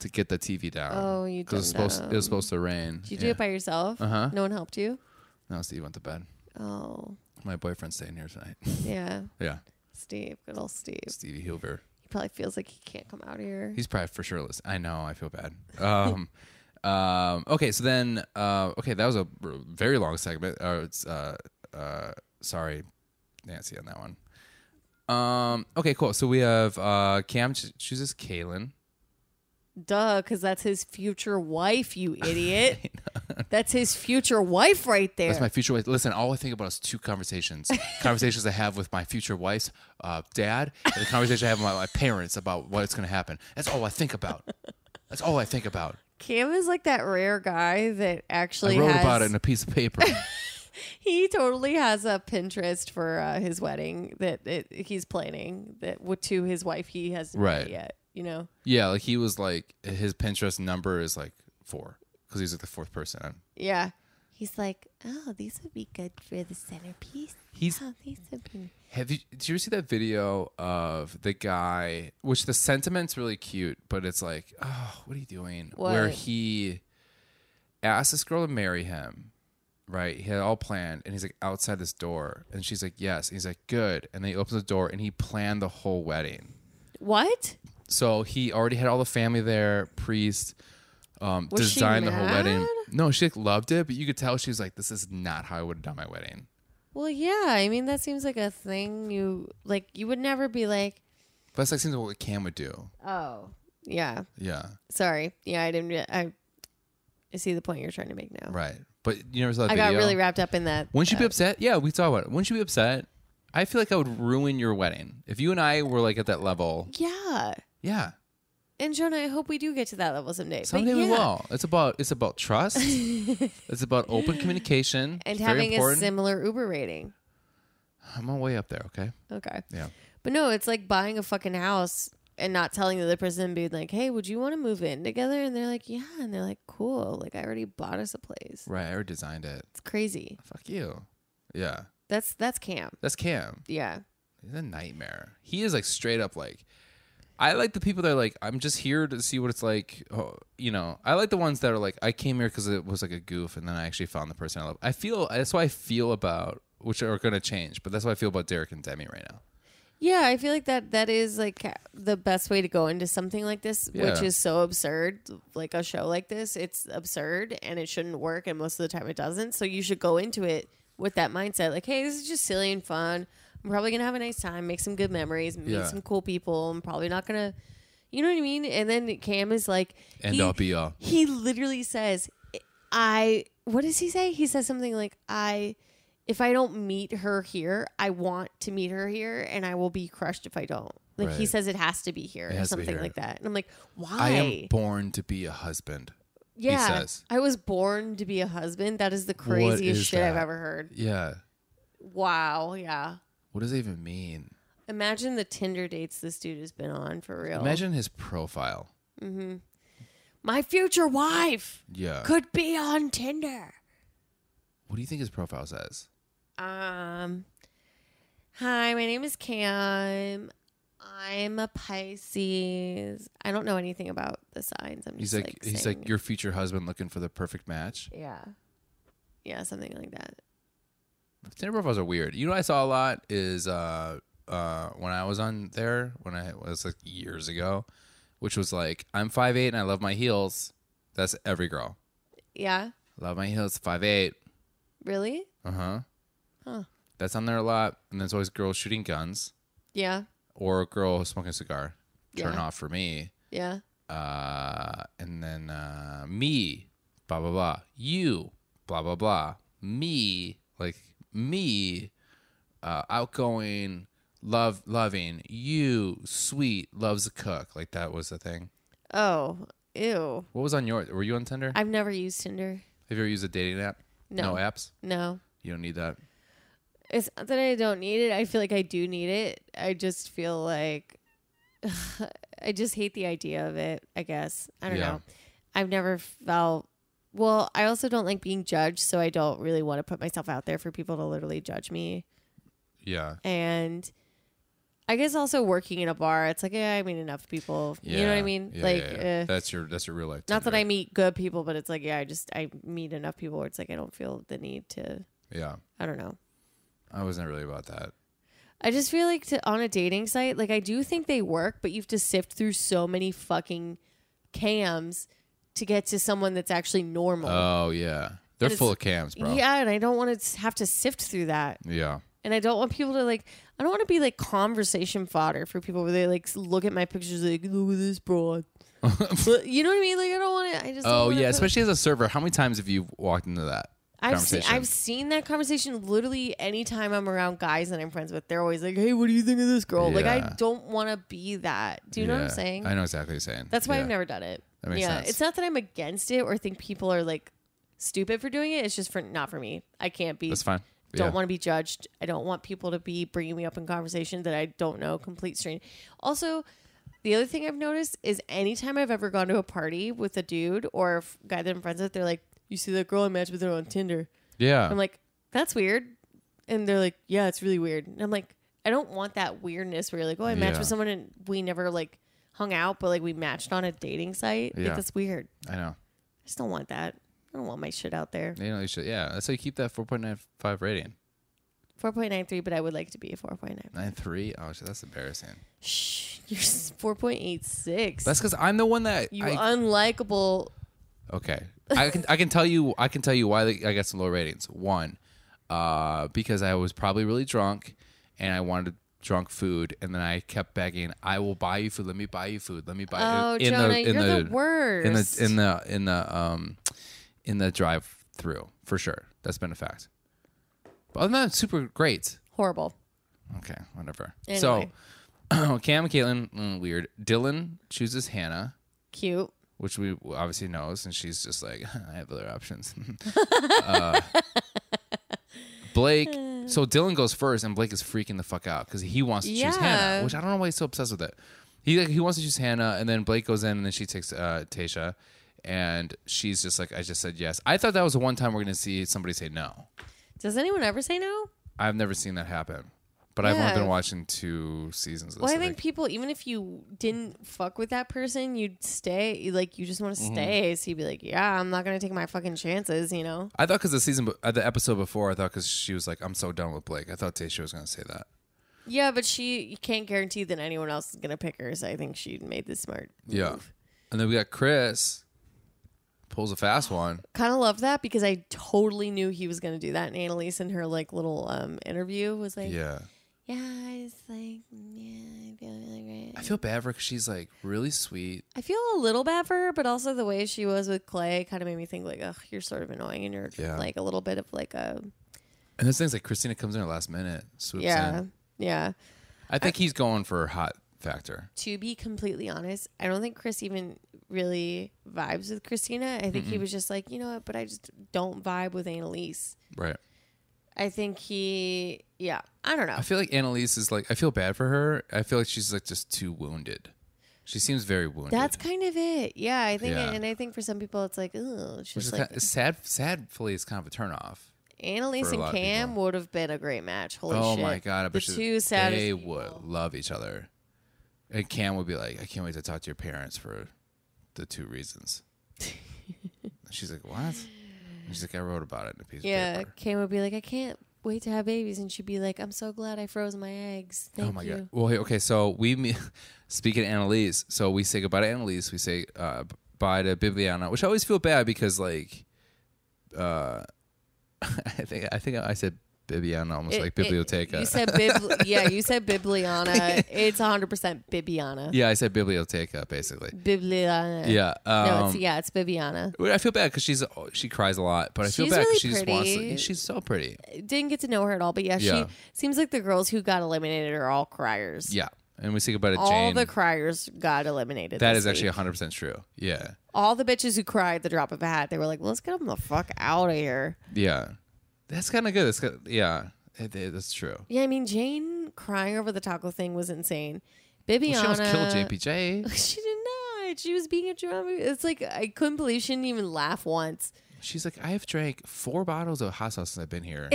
Speaker 1: to get the TV down.
Speaker 2: Oh, you
Speaker 1: 'Cause it was supposed It was
Speaker 2: dum-dum.
Speaker 1: supposed to rain.
Speaker 2: Did you do it by yourself?
Speaker 1: Uh-huh.
Speaker 2: No one helped you.
Speaker 1: No, Steve went to bed.
Speaker 2: Oh,
Speaker 1: My boyfriend's staying here tonight.
Speaker 2: yeah,
Speaker 1: yeah.
Speaker 2: Steve, good old Steve.
Speaker 1: Stevie Hilver.
Speaker 2: He probably feels like he can't come out here.
Speaker 1: He's probably for sure listening. I know. I feel bad. Um, um, okay, so then, uh, okay, that was a r- very long segment. Uh, it's, uh, uh, sorry, Nancy, on that one. Um, okay, cool. So we have uh, Cam ch- chooses Kaylin.
Speaker 2: Duh, because that's his future wife, you idiot. that's his future wife right there.
Speaker 1: That's my future wife. Listen, all I think about is two conversations. conversations I have with my future wife's uh, dad, and the conversation I have with my, my parents about what's going to happen. That's all I think about. That's all I think about.
Speaker 2: Cam is like that rare guy that actually
Speaker 1: I wrote
Speaker 2: has
Speaker 1: about it in a piece of paper.
Speaker 2: he totally has a Pinterest for uh, his wedding that it, he's planning that w- to his wife he hasn't met
Speaker 1: Right.
Speaker 2: yet. You know,
Speaker 1: Yeah, like he was like his Pinterest number is like four because he's like the fourth person.
Speaker 2: yeah. He's like, oh, these would be good for the centerpiece.
Speaker 1: He's
Speaker 2: Oh, these would be.
Speaker 1: have you did you ever see that video of the guy which the sentiment's really cute, but it's like, oh, what are you doing? Where
Speaker 2: What?
Speaker 1: he asked this girl to marry him. Right, he had it all planned, and he's like outside this door, and she's like, "Yes." And he's like, "Good." And then he opens the door, and he planned the whole wedding.
Speaker 2: What?
Speaker 1: So he already had all the family there, priest, um,
Speaker 2: Was she
Speaker 1: designed the whole
Speaker 2: mad?
Speaker 1: wedding. No, she like, loved it, but you could tell she was like, "This is not how I would have done my wedding."
Speaker 2: Well, yeah. I mean, that seems like a thing you like. You would never be like,
Speaker 1: Plus, like seems like what Cam would do.
Speaker 2: oh, yeah.
Speaker 1: Yeah,
Speaker 2: Sorry. Yeah, I didn't. I, I see the point you're trying to make now.
Speaker 1: right. But you never saw that
Speaker 2: I
Speaker 1: video.
Speaker 2: got really wrapped up in that.
Speaker 1: Wouldn't you be
Speaker 2: uh,
Speaker 1: upset? Yeah, we saw it. Wouldn't you be upset? I feel like I would ruin your wedding if you and I were like at that level.
Speaker 2: Yeah.
Speaker 1: Yeah,
Speaker 2: And Jonah, I hope we do get to that level someday. But
Speaker 1: someday we
Speaker 2: yeah.
Speaker 1: will. It's about it's about trust. it's about open communication
Speaker 2: And
Speaker 1: It's very
Speaker 2: having a
Speaker 1: important.
Speaker 2: similar Uber rating.
Speaker 1: I'm on way up there. Okay.
Speaker 2: Okay.
Speaker 1: Yeah.
Speaker 2: But no, it's like buying a fucking house and not telling the other person and being like, hey, would you want to move in together? And they're like, yeah. And they're like, cool. Like, I already bought us a place.
Speaker 1: Right. I already designed it.
Speaker 2: It's crazy.
Speaker 1: Fuck you. Yeah.
Speaker 2: That's, that's camp.
Speaker 1: That's Cam.
Speaker 2: Yeah.
Speaker 1: He's a nightmare. He is like straight up like. I like the people that are like, I'm just here to see what it's like. Oh, you know, I like the ones that are like, I came here because it was like a goof, and then I actually found the person I love. I feel that's why I feel about which are going to change, but that's what I feel about Derek and Demi right now.
Speaker 2: Yeah, I feel like that that is like the best way to go into something like this, which
Speaker 1: Yeah.
Speaker 2: is so absurd. Like a show like this, it's absurd and it shouldn't work, and most of the time it doesn't. So you should go into it with that mindset, like, hey, this is just silly and fun. I'm probably gonna have a nice time, make some good memories, meet
Speaker 1: Yeah.
Speaker 2: some cool people. I'm probably not gonna, you know what I mean. And then Cam is like,
Speaker 1: End
Speaker 2: he-
Speaker 1: all be all.
Speaker 2: He literally says, I. What does he say? He says something like, I if I don't meet her here, I want to meet her here, and I will be crushed if I don't. Like he
Speaker 1: Right.
Speaker 2: says, it has to be here or
Speaker 1: has to be
Speaker 2: something
Speaker 1: here.
Speaker 2: like that. And I'm like, why?
Speaker 1: I am born to be a husband.
Speaker 2: yeah,
Speaker 1: says.
Speaker 2: I was born to be a husband. That is the craziest
Speaker 1: is
Speaker 2: shit I've
Speaker 1: that?
Speaker 2: ever heard.
Speaker 1: Yeah.
Speaker 2: Wow. Yeah.
Speaker 1: What does that even mean?
Speaker 2: Imagine the Tinder dates this dude has been on for real. Mm-hmm.
Speaker 1: Imagine his profile.
Speaker 2: my future wife
Speaker 1: Yeah.
Speaker 2: could be on Tinder.
Speaker 1: what do you think his profile says?
Speaker 2: Um, hi, my name is Cam. I'm a Pisces. I don't know anything about the signs. I'm just
Speaker 1: He's like, he's
Speaker 2: saying-
Speaker 1: like your future husband looking for the perfect match.
Speaker 2: yeah, yeah, something like that.
Speaker 1: Tinder profiles are weird. You know, what I saw a lot is uh, uh, when I was on there when I was like years ago, which was like I'm five eight and I love my heels. That's every girl.
Speaker 2: Yeah,
Speaker 1: Love my heels. Five eight.
Speaker 2: really?
Speaker 1: Uh huh.
Speaker 2: Huh.
Speaker 1: That's on there a lot, and there's always girls shooting guns
Speaker 2: Yeah,
Speaker 1: or a girl smoking a cigar. Turn
Speaker 2: Yeah.
Speaker 1: off for me.
Speaker 2: yeah.
Speaker 1: Uh, and then uh, me, blah blah blah. You, blah blah blah. Me, like me, uh, outgoing, love loving. You, sweet, loves to cook. Like that was the thing.
Speaker 2: Oh, ew.
Speaker 1: What was on your? Were you on Tinder?
Speaker 2: I've never used Tinder.
Speaker 1: Have you ever used a dating app?
Speaker 2: No.
Speaker 1: apps.
Speaker 2: No,
Speaker 1: You don't need that.
Speaker 2: it's not that I don't need it. I feel like I do need it. I just feel like I just hate the idea of it. I guess I don't
Speaker 1: Yeah.
Speaker 2: know. I've never felt. Well, I also don't like being judged, so I don't really want to put myself out there for people to literally judge me.
Speaker 1: Yeah.
Speaker 2: And I guess also working in a bar, it's like yeah, I meet enough people. you know what I
Speaker 1: Yeah.
Speaker 2: mean?
Speaker 1: Yeah,
Speaker 2: like,
Speaker 1: yeah, yeah.
Speaker 2: uh,
Speaker 1: that's your that's your real life.
Speaker 2: not that I
Speaker 1: Tinder.
Speaker 2: meet good people, but it's like yeah, I just I meet enough people where it's like I don't feel the need to.
Speaker 1: Yeah,
Speaker 2: I don't know.
Speaker 1: I wasn't really about that.
Speaker 2: I just feel like to, on a dating site, like I do think they work, but you have to sift through so many fucking cams to get to someone that's actually normal.
Speaker 1: Oh yeah, they're
Speaker 2: And
Speaker 1: full
Speaker 2: it's-
Speaker 1: of cams, bro.
Speaker 2: yeah, and I don't want to have to sift through that.
Speaker 1: Yeah.
Speaker 2: And I don't want people to like, I don't want to be like conversation fodder for people where they like s- look at my pictures like, look at this broad. But you know what I mean? Like, I don't want to, I just, don't
Speaker 1: Oh
Speaker 2: wanna
Speaker 1: yeah,
Speaker 2: put-
Speaker 1: especially as a server. How many times have you walked into that
Speaker 2: I've seen,
Speaker 1: conversation?
Speaker 2: I've seen that conversation literally anytime I'm around guys that I'm friends with. They're always like, hey, what do you think of this girl? Like, I
Speaker 1: Yeah.
Speaker 2: don't want to be that. Do you know what I'm
Speaker 1: Yeah,
Speaker 2: saying?
Speaker 1: I know exactly what you're saying.
Speaker 2: That's why
Speaker 1: Yeah.
Speaker 2: I've never done it.
Speaker 1: That makes
Speaker 2: yeah,
Speaker 1: sense.
Speaker 2: it's not that I'm against it or think people are like stupid for doing it. It's just for not for me. I can't be.
Speaker 1: That's fine.
Speaker 2: Don't
Speaker 1: Yeah.
Speaker 2: want to be judged. I don't want people to be bringing me up in conversation that I don't know. Complete strain. Also, the other thing I've noticed is anytime I've ever gone to a party with a dude or a f- guy that I'm friends with, they're like, "You see that girl I matched with her on Tinder."
Speaker 1: Yeah.
Speaker 2: I'm like, "That's weird," and they're like, "Yeah, it's really weird." And I'm like, "I don't want that weirdness where you're like, oh, I matched
Speaker 1: Yeah.
Speaker 2: with someone and we never like hung out, but like we matched on a dating site.
Speaker 1: Yeah.
Speaker 2: Like that's weird."
Speaker 1: I know.
Speaker 2: I just don't want that. I don't want my shit out there.
Speaker 1: You know, you should. Yeah, that's how you keep that 4.95 rating.
Speaker 2: Four point nine three, but I would like to be a four point nine.
Speaker 1: Nine three. Oh, shit, that's embarrassing.
Speaker 2: Shh, you're four point eight six.
Speaker 1: That's because I'm the one that
Speaker 2: you
Speaker 1: I,
Speaker 2: unlikable.
Speaker 1: okay. I can I can tell you I can tell you why I got some low ratings. One, uh, because I was probably really drunk, and I wanted drunk food, and then I kept begging, "I will buy you food. Let me buy you food. Let me buy."
Speaker 2: Oh,
Speaker 1: Uh, in
Speaker 2: Jonah,
Speaker 1: the, in
Speaker 2: you're the,
Speaker 1: the in the
Speaker 2: worst.
Speaker 1: in the in the um in the drive through for sure. That's been a fact. But other than that, it's super great.
Speaker 2: Horrible.
Speaker 1: Okay, whatever.
Speaker 2: Anyway.
Speaker 1: So, Cam, Caitlin, mm, weird. Dylan chooses Hannah,
Speaker 2: Cute.
Speaker 1: which we obviously knows, and she's just like, I have other options. uh, Blake. So Dylan goes first, and Blake is freaking the fuck out because he wants to choose
Speaker 2: Yeah.
Speaker 1: Hannah, which I don't know why he's so obsessed with it. He like he wants to choose Hannah, and then Blake goes in, and then she takes uh, Tasha, and she's just like, I just said yes. I thought that was the one time we're gonna see somebody say no.
Speaker 2: Does anyone ever say no?
Speaker 1: I've never seen that happen. But I've only
Speaker 2: Yeah.
Speaker 1: been watching two seasons of this.
Speaker 2: Well, I
Speaker 1: I
Speaker 2: think people, even if you didn't fuck with that person, you'd stay. you- Like you just want
Speaker 1: Mm-hmm.
Speaker 2: to stay. So you'd be like, yeah, I'm not gonna take my fucking chances. You know.
Speaker 1: I thought because the season, be- uh, the episode before, I thought because she was like, "I'm so done with Blake." I thought Tasha was going to say that.
Speaker 2: Yeah, but she you can't guarantee that anyone else is gonna pick her. So I think she made the smart.
Speaker 1: Yeah. And then we got Chris pulls a fast one.
Speaker 2: kind of love that because I totally knew he was going to do that. And Annalise in her like little um interview was like, yeah,
Speaker 1: Yeah,
Speaker 2: I was like, yeah, I feel really great.
Speaker 1: I feel bad for her 'cause she's like really sweet.
Speaker 2: I feel a little bad for her, but also the way she was with Clay kind of made me think like, ugh, you're sort of annoying, and you're
Speaker 1: Yeah.
Speaker 2: like a little bit of like a
Speaker 1: And there's things like Christina comes in at last minute, swoops
Speaker 2: yeah,
Speaker 1: in.
Speaker 2: yeah.
Speaker 1: I think he's going for hot factor.
Speaker 2: To be completely honest, I don't think Chris even really vibes with Christina. I think he was just like, you know what, but I just don't vibe with Annalise.
Speaker 1: Right.
Speaker 2: I think he, yeah, I don't know.
Speaker 1: I feel like Annalise is like. I feel bad for her. I feel like she's like just too wounded. She seems very wounded.
Speaker 2: That's kind of it. Yeah, I think,
Speaker 1: Yeah.
Speaker 2: and I think for some people, it's like, oh,
Speaker 1: which
Speaker 2: she's
Speaker 1: is
Speaker 2: like,
Speaker 1: kind of, sad. Sadly, it's kind of a turnoff.
Speaker 2: Annalise
Speaker 1: for a
Speaker 2: and
Speaker 1: lot of
Speaker 2: Cam
Speaker 1: people.
Speaker 2: would have been a great match. Holy
Speaker 1: oh
Speaker 2: shit!
Speaker 1: my god! I
Speaker 2: the
Speaker 1: bet you
Speaker 2: two saddest
Speaker 1: they
Speaker 2: people.
Speaker 1: would love each other. And Cam would be like, "I can't wait to talk to your parents for the two reasons." she's like, "What?" And she's like, "I wrote about it in a piece
Speaker 2: Yeah,
Speaker 1: of paper."
Speaker 2: Cam would be like, I can't wait to have babies, and she'd be like, I'm so glad I froze my eggs. Thank
Speaker 1: oh my
Speaker 2: you.
Speaker 1: god! Well, hey, okay, so we me- speaking of Annalise, so we say goodbye to Annalise. We say uh, b- bye to Bibliana, which I always feel bad because like, uh, I think I think I said Bibliana almost
Speaker 2: It-
Speaker 1: like
Speaker 2: it-
Speaker 1: biblioteca.
Speaker 2: you said bib- yeah, you said Bibliana. It's 100% Bibiana.
Speaker 1: yeah, I said biblioteca basically.
Speaker 2: Bibliana.
Speaker 1: Yeah. Um,
Speaker 2: No, it's yeah, it's Bibiana.
Speaker 1: Well, I feel bad because she's uh, she cries a lot, but I feel
Speaker 2: She's
Speaker 1: bad
Speaker 2: really
Speaker 1: because she just wants.
Speaker 2: pretty.
Speaker 1: To, she's so pretty.
Speaker 2: Didn't get to know her at all, but yeah,
Speaker 1: Yeah.
Speaker 2: she seems like the girls who got eliminated are all criers.
Speaker 1: Yeah, and we think about it,
Speaker 2: all
Speaker 1: Jane.
Speaker 2: the criers got eliminated.
Speaker 1: that
Speaker 2: this
Speaker 1: is actually
Speaker 2: week.
Speaker 1: 100 percent true. Yeah,
Speaker 2: all the bitches who cried at the drop of a hat. They were like, "Let's get them the fuck out of here."
Speaker 1: yeah, that's kind of good. That's good. yeah, it- it- that's true.
Speaker 2: Yeah, I mean, Jane crying over the taco thing was insane. Bibiana,
Speaker 1: Well, she almost killed JPJ.
Speaker 2: She did not. She was being a drama. It's like I couldn't believe she didn't even laugh once.
Speaker 1: She's like, I have drank four bottles of hot sauce since I've been here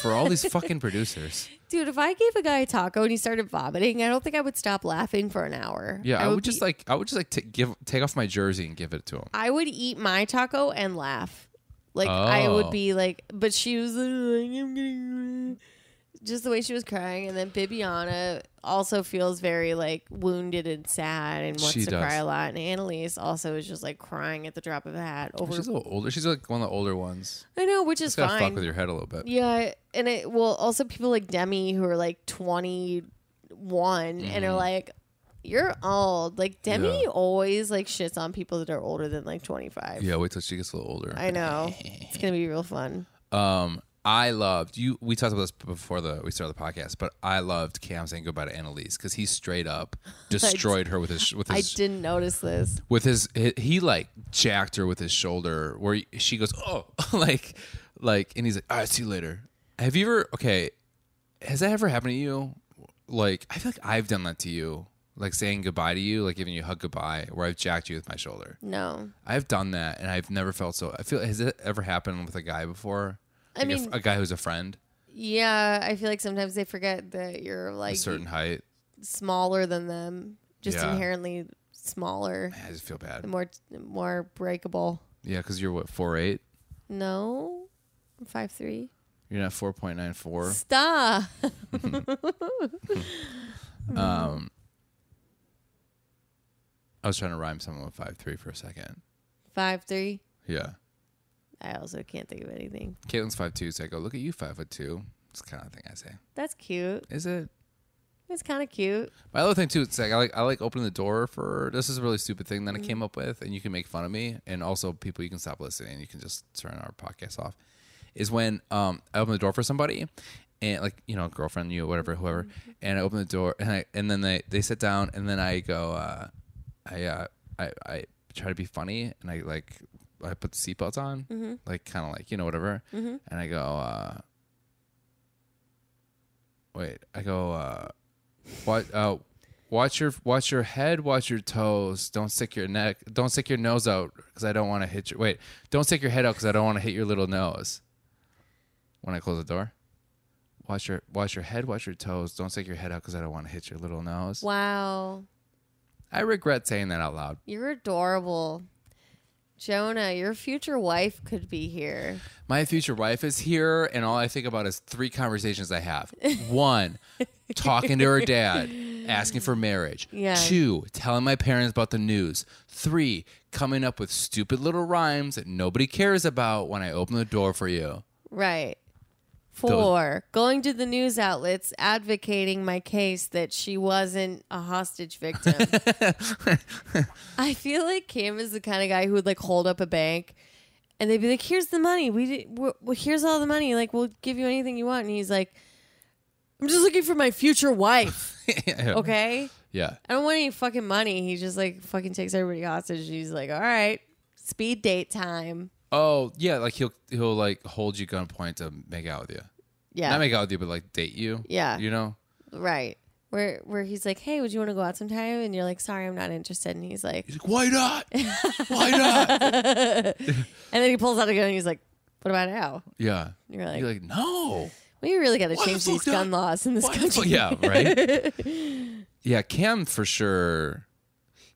Speaker 1: for all these fucking producers.
Speaker 2: Dude, if I gave a guy a taco and he started vomiting, I don't think I would stop laughing for an hour.
Speaker 1: Yeah, I, would just
Speaker 2: be-
Speaker 1: like, I would just like t- give take off my jersey and give it to him.
Speaker 2: I would eat my taco and laugh. Like I
Speaker 1: Oh.
Speaker 2: would be like, but she was like, I'm getting just the way she was crying, and then Bibiana also feels very like wounded and sad and wants
Speaker 1: She
Speaker 2: to
Speaker 1: does.
Speaker 2: cry a lot, and Annalise also is just like crying at the drop of a hat over.
Speaker 1: She's a little older. She's like one of the older ones.
Speaker 2: I know, which is
Speaker 1: It's gotta
Speaker 2: fine.
Speaker 1: fuck with your head a little bit.
Speaker 2: Yeah, and it well also people like Demi who are like twenty and are like, you're old. Like Demi
Speaker 1: Mm-hmm. Yeah.
Speaker 2: always like shits on people that are older than like twenty five.
Speaker 1: Yeah, wait till she gets a little older.
Speaker 2: I know. it's gonna be real fun.
Speaker 1: Um, I loved you. We talked about this before the we started the podcast, but I loved Cam saying goodbye to Annalise because he straight up destroyed her with his with
Speaker 2: I
Speaker 1: his
Speaker 2: didn't notice this.
Speaker 1: with his he, he like jacked her with his shoulder where he- she goes oh like like and he's like all right see you later have you ever okay has that ever happened to you like i feel like i've done that to you like saying goodbye to you like giving you a hug goodbye where i've jacked you with my shoulder
Speaker 2: No.
Speaker 1: i've done that and i've never felt so i feel has it ever happened with a guy before
Speaker 2: I
Speaker 1: Like a f-
Speaker 2: mean-
Speaker 1: a, guy who's a friend
Speaker 2: Yeah, I feel like sometimes they forget that you're
Speaker 1: a
Speaker 2: like
Speaker 1: certain height
Speaker 2: smaller than them, just
Speaker 1: Yeah.
Speaker 2: inherently smaller,
Speaker 1: i just feel
Speaker 2: the
Speaker 1: bad
Speaker 2: more more breakable.
Speaker 1: yeah because you're what 4'8
Speaker 2: No, I'm five three.
Speaker 1: you're not 4.94
Speaker 2: Stop.
Speaker 1: Um, I was trying to rhyme someone with five three for a second.
Speaker 2: Five three.
Speaker 1: Yeah,
Speaker 2: I also can't think of anything.
Speaker 1: Caitlin's five two, so I go look at you five foot two. It's the kind of thing I say.
Speaker 2: That's cute.
Speaker 1: Is it?
Speaker 2: It's kind of cute.
Speaker 1: My other thing too, it's like I like I like opening the door for this is a really stupid thing that I came up with, and you can make fun of me, and also people you can stop listening, you can just turn our podcast off. Is when um I open the door for somebody, and like you know girlfriend, you whatever, whoever, and I open the door, and I and then they they sit down, and then I go, uh, I uh I I try to be funny, and I like I put the seatbelts on, like kind of like you know whatever, and I go, uh, wait, I go. uh Watch, uh, watch your watch your head, watch your toes. Don't stick your neck, don't stick your nose out because I don't want to hit your. Wait, don't stick your head out because I don't want to hit your little nose. When I close the door, watch your watch your head, watch your toes. Don't stick your head out because I don't want to hit your little nose.
Speaker 2: Wow,
Speaker 1: I regret saying that out loud.
Speaker 2: you're adorable. Jonah, your future wife could be here.
Speaker 1: My future wife is here, and all I think about is three conversations I have. One, talking to her dad, asking for marriage.
Speaker 2: Yeah.
Speaker 1: Two, telling my parents about the news. Three, coming up with stupid little rhymes that nobody cares about when I open the door for you.
Speaker 2: Right. Four, going to the news outlets advocating my case that she wasn't a hostage victim. I feel like Cam is the kind of guy who would like hold up a bank and they'd be like, here's the money. We did, well, here's all the money. Like, we'll give you anything you want. And he's like, I'm just looking for my future wife. Okay.
Speaker 1: Yeah.
Speaker 2: I don't want any fucking money. He just like fucking takes everybody hostage. And he's like, all right, speed date time.
Speaker 1: Oh, yeah. Like he'll he'll like hold you gunpoint to make out with you.
Speaker 2: Yeah.
Speaker 1: Not make out with you, but like date you.
Speaker 2: Yeah.
Speaker 1: You know.
Speaker 2: Right. Where where he's like, "Hey, would you want to go out sometime?" And you're like, "Sorry, I'm not interested." And he's like,
Speaker 1: He's like, why not? why not?
Speaker 2: and then he pulls out a gun and he's like, "What about now?"
Speaker 1: Yeah.
Speaker 2: And you're like,
Speaker 1: You're like, no.
Speaker 2: "We really got to
Speaker 1: Why the
Speaker 2: change these
Speaker 1: fuck not?
Speaker 2: gun laws in this
Speaker 1: Why the fuck- yeah,
Speaker 2: country."
Speaker 1: right. yeah, Cam for sure.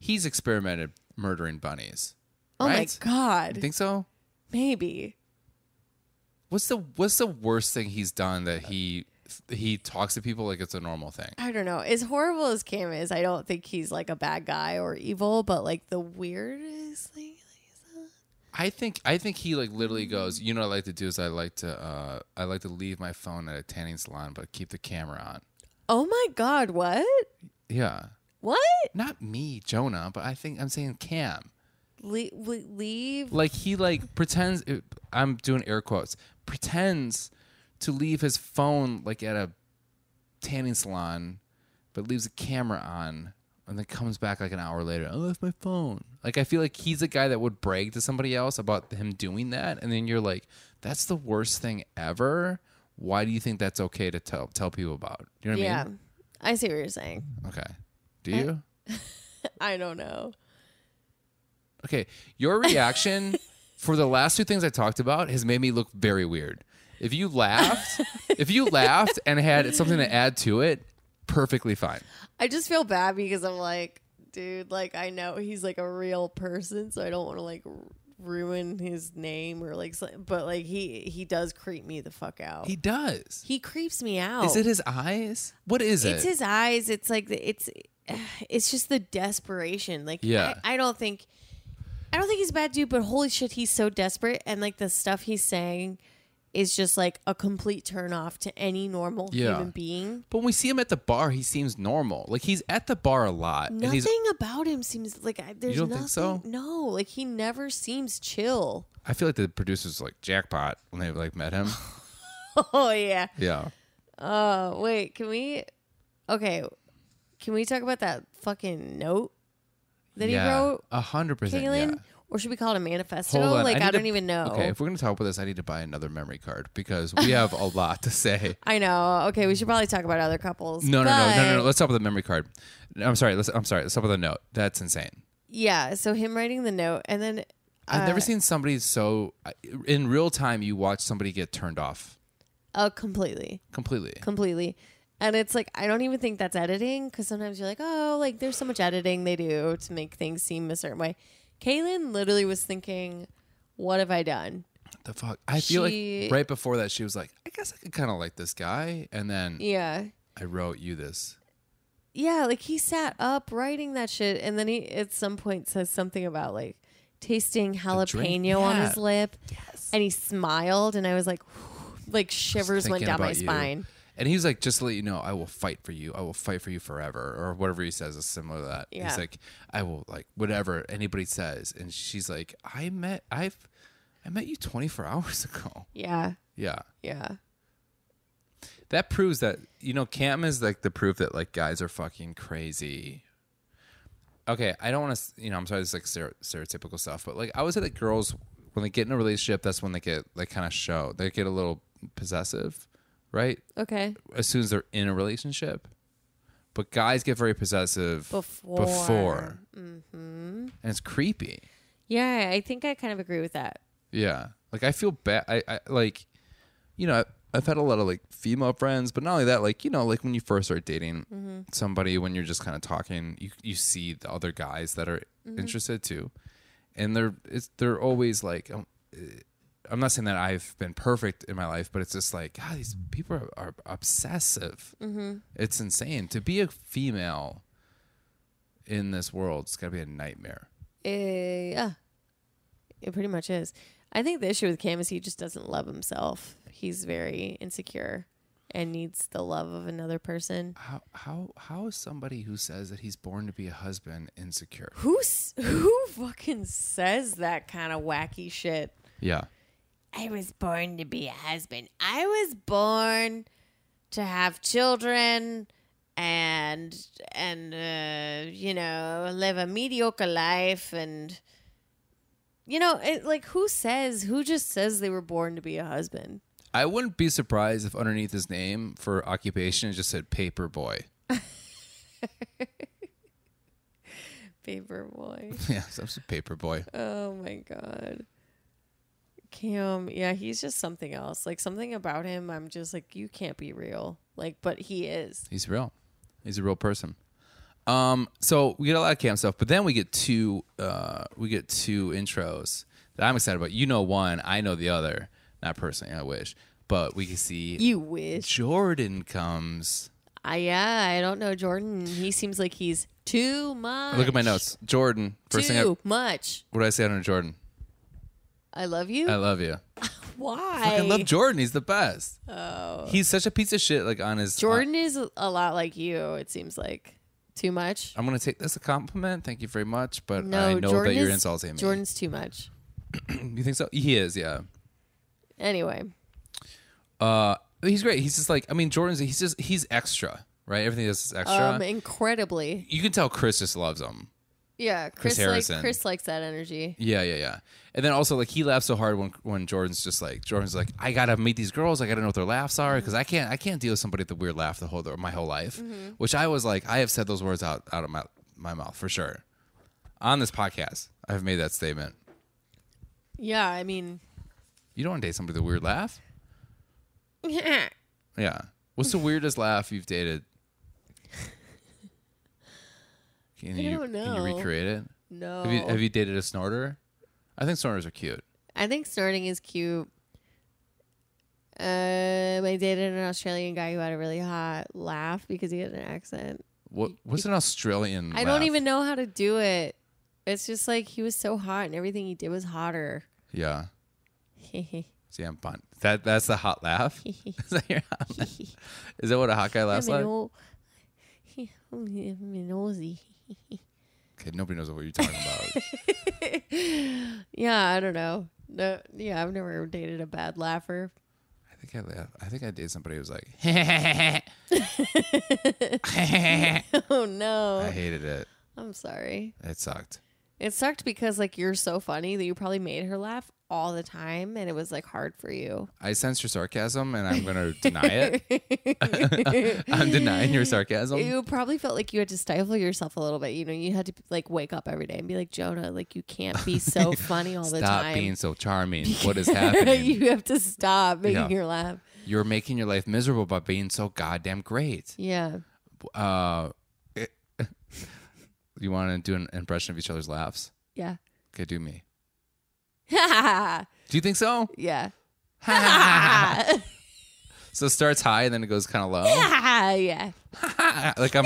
Speaker 1: He's experimented murdering bunnies.
Speaker 2: oh
Speaker 1: right?
Speaker 2: my god.
Speaker 1: You think so?
Speaker 2: Maybe.
Speaker 1: What's the What's the worst thing he's done that he he talks to people like it's a normal thing?
Speaker 2: I don't know. As horrible as Cam is, I don't think he's like a bad guy or evil, but like the weirdest thing.
Speaker 1: I think I think he like literally goes. You know, what I like to do is I like to uh, I like to leave my phone at a tanning salon, but keep the camera on.
Speaker 2: Oh my god, what?
Speaker 1: Yeah,
Speaker 2: What?
Speaker 1: not me, Jonah, but I think I'm saying Cam.
Speaker 2: Le- le- leave
Speaker 1: like he like pretends uh, i'm doing air quotes pretends to leave his phone like at a tanning salon but leaves a camera on and then comes back like an hour later i left my phone like i feel like he's a guy that would brag to somebody else about him doing that and then you're like that's the worst thing ever why do you think that's okay to tell tell people about you know what
Speaker 2: Yeah.
Speaker 1: i mean
Speaker 2: I see what you're saying.
Speaker 1: okay do you
Speaker 2: I don't know.
Speaker 1: Okay, your reaction for the last two things I talked about has made me look very weird. If you laughed, if you laughed and had something to add to it, perfectly fine.
Speaker 2: I just feel bad because I'm like, dude, like I know he's like a real person, so I don't want to like r- ruin his name or like, so- but like he he does creep me the fuck out.
Speaker 1: He
Speaker 2: He,
Speaker 1: does.
Speaker 2: creeps me out.
Speaker 1: Is it his eyes? What is
Speaker 2: Oh. it's
Speaker 1: it?
Speaker 2: his eyes. It's like the- it's it's just the desperation. Like
Speaker 1: Yeah.
Speaker 2: I, I don't think I don't think he's a bad dude, but holy shit, he's so desperate and like the stuff he's saying is just like a complete turn off to any normal
Speaker 1: Yeah.
Speaker 2: human being.
Speaker 1: but when we see him at the bar, he seems normal. Like he's at the bar a lot, and he's.
Speaker 2: Nothing about him seems like I, there's
Speaker 1: don't
Speaker 2: nothing.
Speaker 1: think so?
Speaker 2: No, like he never seems chill.
Speaker 1: I feel like the producers like jackpot when they like met him.
Speaker 2: oh yeah.
Speaker 1: Yeah.
Speaker 2: Oh wait, can we? Okay, can we talk about that fucking note that he
Speaker 1: yeah.
Speaker 2: wrote,
Speaker 1: A hundred percent.
Speaker 2: Kaylin?
Speaker 1: Yeah.
Speaker 2: Or should we call it a manifesto?
Speaker 1: Hold on.
Speaker 2: Like
Speaker 1: need
Speaker 2: I,
Speaker 1: to-
Speaker 2: don't even know.
Speaker 1: Okay, if we're gonna talk about this, I need to buy another memory card because we have a lot to say.
Speaker 2: I know. Okay, we should probably talk about other couples.
Speaker 1: No, no, no, no, no, no.
Speaker 2: but-
Speaker 1: Let's stop with the memory card. No, I'm sorry. Let's. I'm sorry. Let's stop with the note. That's insane.
Speaker 2: Yeah. So him writing the note, and then
Speaker 1: I've
Speaker 2: uh,
Speaker 1: never seen somebody so in real time. You watch somebody get turned off
Speaker 2: Oh, completely,
Speaker 1: completely.
Speaker 2: completely. And it's like I don't even think that's editing because sometimes you're like, oh, like there's so much editing they do to make things seem a certain way. Kaylin literally was thinking, what have I done?
Speaker 1: the fuck. I feel
Speaker 2: She-
Speaker 1: like right before that she was like, I guess I could kind of like this guy, and then
Speaker 2: Yeah.
Speaker 1: I wrote you this.
Speaker 2: Yeah, like he sat up writing that shit, and then he at some point says something about like tasting
Speaker 1: drink?
Speaker 2: jalapeno on his
Speaker 1: Yeah.
Speaker 2: lip, yes. and he smiled, and I was like, like shivers went
Speaker 1: thinking
Speaker 2: down my
Speaker 1: about you.
Speaker 2: spine.
Speaker 1: And he's like, just to let you know, I will fight for you. I will fight for you forever, or whatever he says is similar to that.
Speaker 2: Yeah.
Speaker 1: He's like, I will like whatever anybody says, and she's like, I met, I've, I met you 24 hours ago.
Speaker 2: Yeah,
Speaker 1: Yeah,
Speaker 2: yeah,
Speaker 1: that proves that you know, Cam is like the proof that like guys are fucking crazy. Okay, I don't want to, you know, I'm sorry, this is like stere- stereotypical stuff, but like I always say that girls when they get in a relationship, that's when they get like kind of show they get a little possessive, right?
Speaker 2: okay.
Speaker 1: as soon as they're in a relationship. But guys get very possessive
Speaker 2: Before. Mm-hmm.
Speaker 1: before. And it's creepy.
Speaker 2: Yeah, I think I kind of agree with that.
Speaker 1: Yeah. Like I feel bad. I, I like, you know, I've had a lot of like female friends, but not only that, like you know, like when you first start dating somebody, when you're just kind of talking, you you see the other guys that are interested too, and they're it's they're always like, um, eh, I'm not saying that I've been perfect in my life, but it's just like God, these people are, are obsessive. It's insane to be a female in this world. It's gotta be a nightmare.
Speaker 2: Eh, yeah, it pretty much is. I think the issue with Cam is he just doesn't love himself. He's very insecure and needs the love of another person.
Speaker 1: how how how is somebody who says that he's born to be a husband insecure?
Speaker 2: Who s- who fucking says that kind of wacky shit?
Speaker 1: Yeah.
Speaker 2: I was born to be a husband. I was born to have children and and uh, you know live a mediocre life and you know it, like who says who just says they were born to be a husband
Speaker 1: I wouldn't be surprised if underneath his name for occupation it just said paper boy.
Speaker 2: paper boy
Speaker 1: yeah, so it's a paper boy.
Speaker 2: oh my god cam yeah he's just something else like something about him i'm just like you can't be real like but he is
Speaker 1: He's real. He's a real person. Um, so we get a lot of camp stuff, but then we get two uh we get two intros that I'm excited about. You know one, I know the other. Not personally, I wish. But we can see
Speaker 2: you wish
Speaker 1: Jordan comes.
Speaker 2: I yeah, I don't know Jordan. He seems like he's too much.
Speaker 1: Look at my notes. Jordan.
Speaker 2: Too
Speaker 1: First thing I, what
Speaker 2: much.
Speaker 1: did I say under Jordan?
Speaker 2: I love you.
Speaker 1: I love you.
Speaker 2: Why?
Speaker 1: I Uh, love Jordan. He's the best. Oh. He's such a piece of shit. Like on his
Speaker 2: Jordan is a- a lot like you. It seems like too much.
Speaker 1: uh, I'm gonna take this a compliment. Thank you very much, but
Speaker 2: No,
Speaker 1: I know
Speaker 2: Jordan
Speaker 1: that you're
Speaker 2: is-
Speaker 1: insulting me.
Speaker 2: Jordan's too much.
Speaker 1: You think so? He is. Yeah.
Speaker 2: Anyway,
Speaker 1: Uh, he's great. He's just like I mean, Jordan's. He's just he's extra, right? Everything he does is extra.
Speaker 2: um, incredibly.
Speaker 1: you can tell Chris just loves him.
Speaker 2: Yeah, Chris,
Speaker 1: Harrison.
Speaker 2: like Chris likes that energy.
Speaker 1: Yeah, yeah, yeah. And then also like he laughs so hard when when Jordan's just like Jordan's like I gotta meet these girls. I gotta know what their laughs
Speaker 2: Mm-hmm.
Speaker 1: are because I can't I can't deal with somebody with a weird laugh the whole my whole life.
Speaker 2: Mm-hmm.
Speaker 1: Which I was like I have said those words out out of my my mouth for sure. On this podcast, I've made that statement.
Speaker 2: Yeah, I mean,
Speaker 1: You don't want to date somebody with a weird laugh.
Speaker 2: yeah.
Speaker 1: Yeah. What's the weirdest laugh you've dated? Can you,
Speaker 2: don't
Speaker 1: Can you
Speaker 2: know.
Speaker 1: recreate it?
Speaker 2: no.
Speaker 1: Have you have you dated a snorter? I think snorters are cute.
Speaker 2: I think snorting is cute. Um, I dated an Australian guy who had a really hot laugh because he had an accent.
Speaker 1: What what's an Australian?
Speaker 2: I don't
Speaker 1: laugh?
Speaker 2: even know how to do it. It's just like he was so hot and everything he did was hotter.
Speaker 1: Yeah.
Speaker 2: I
Speaker 1: See, I'm fun. That that's the hot laugh. is that your hot laugh? Is that what a hot guy laughs like?
Speaker 2: o- I'm an Aussie.
Speaker 1: Okay, nobody knows what you're talking about.
Speaker 2: Yeah, I don't know. No, yeah, I've never dated a bad laugher.
Speaker 1: I think think I laugh. I think I did somebody who was like,
Speaker 2: oh no.
Speaker 1: I hated it.
Speaker 2: I'm sorry.
Speaker 1: It sucked.
Speaker 2: It sucked because like you're so funny that you probably made her laugh all the time and it was like hard for you.
Speaker 1: I sense your sarcasm, and I'm gonna deny it. I'm denying your sarcasm.
Speaker 2: You probably felt like you had to stifle yourself a little bit. You know, you had to like wake up every day and be like, Jonah, like you can't be so funny all the
Speaker 1: Stop
Speaker 2: time.
Speaker 1: being so charming. What is happening?
Speaker 2: you have to stop making
Speaker 1: Yeah.
Speaker 2: her laugh.
Speaker 1: You're making your life miserable by being so goddamn great.
Speaker 2: Yeah.
Speaker 1: Uh, you want to do an impression of each other's laughs?
Speaker 2: Yeah.
Speaker 1: Okay, do me.
Speaker 2: yeah.
Speaker 1: Do you think so?
Speaker 2: Yeah.
Speaker 1: So it starts high and then it goes kind of low.
Speaker 2: yeah.
Speaker 1: like I'm,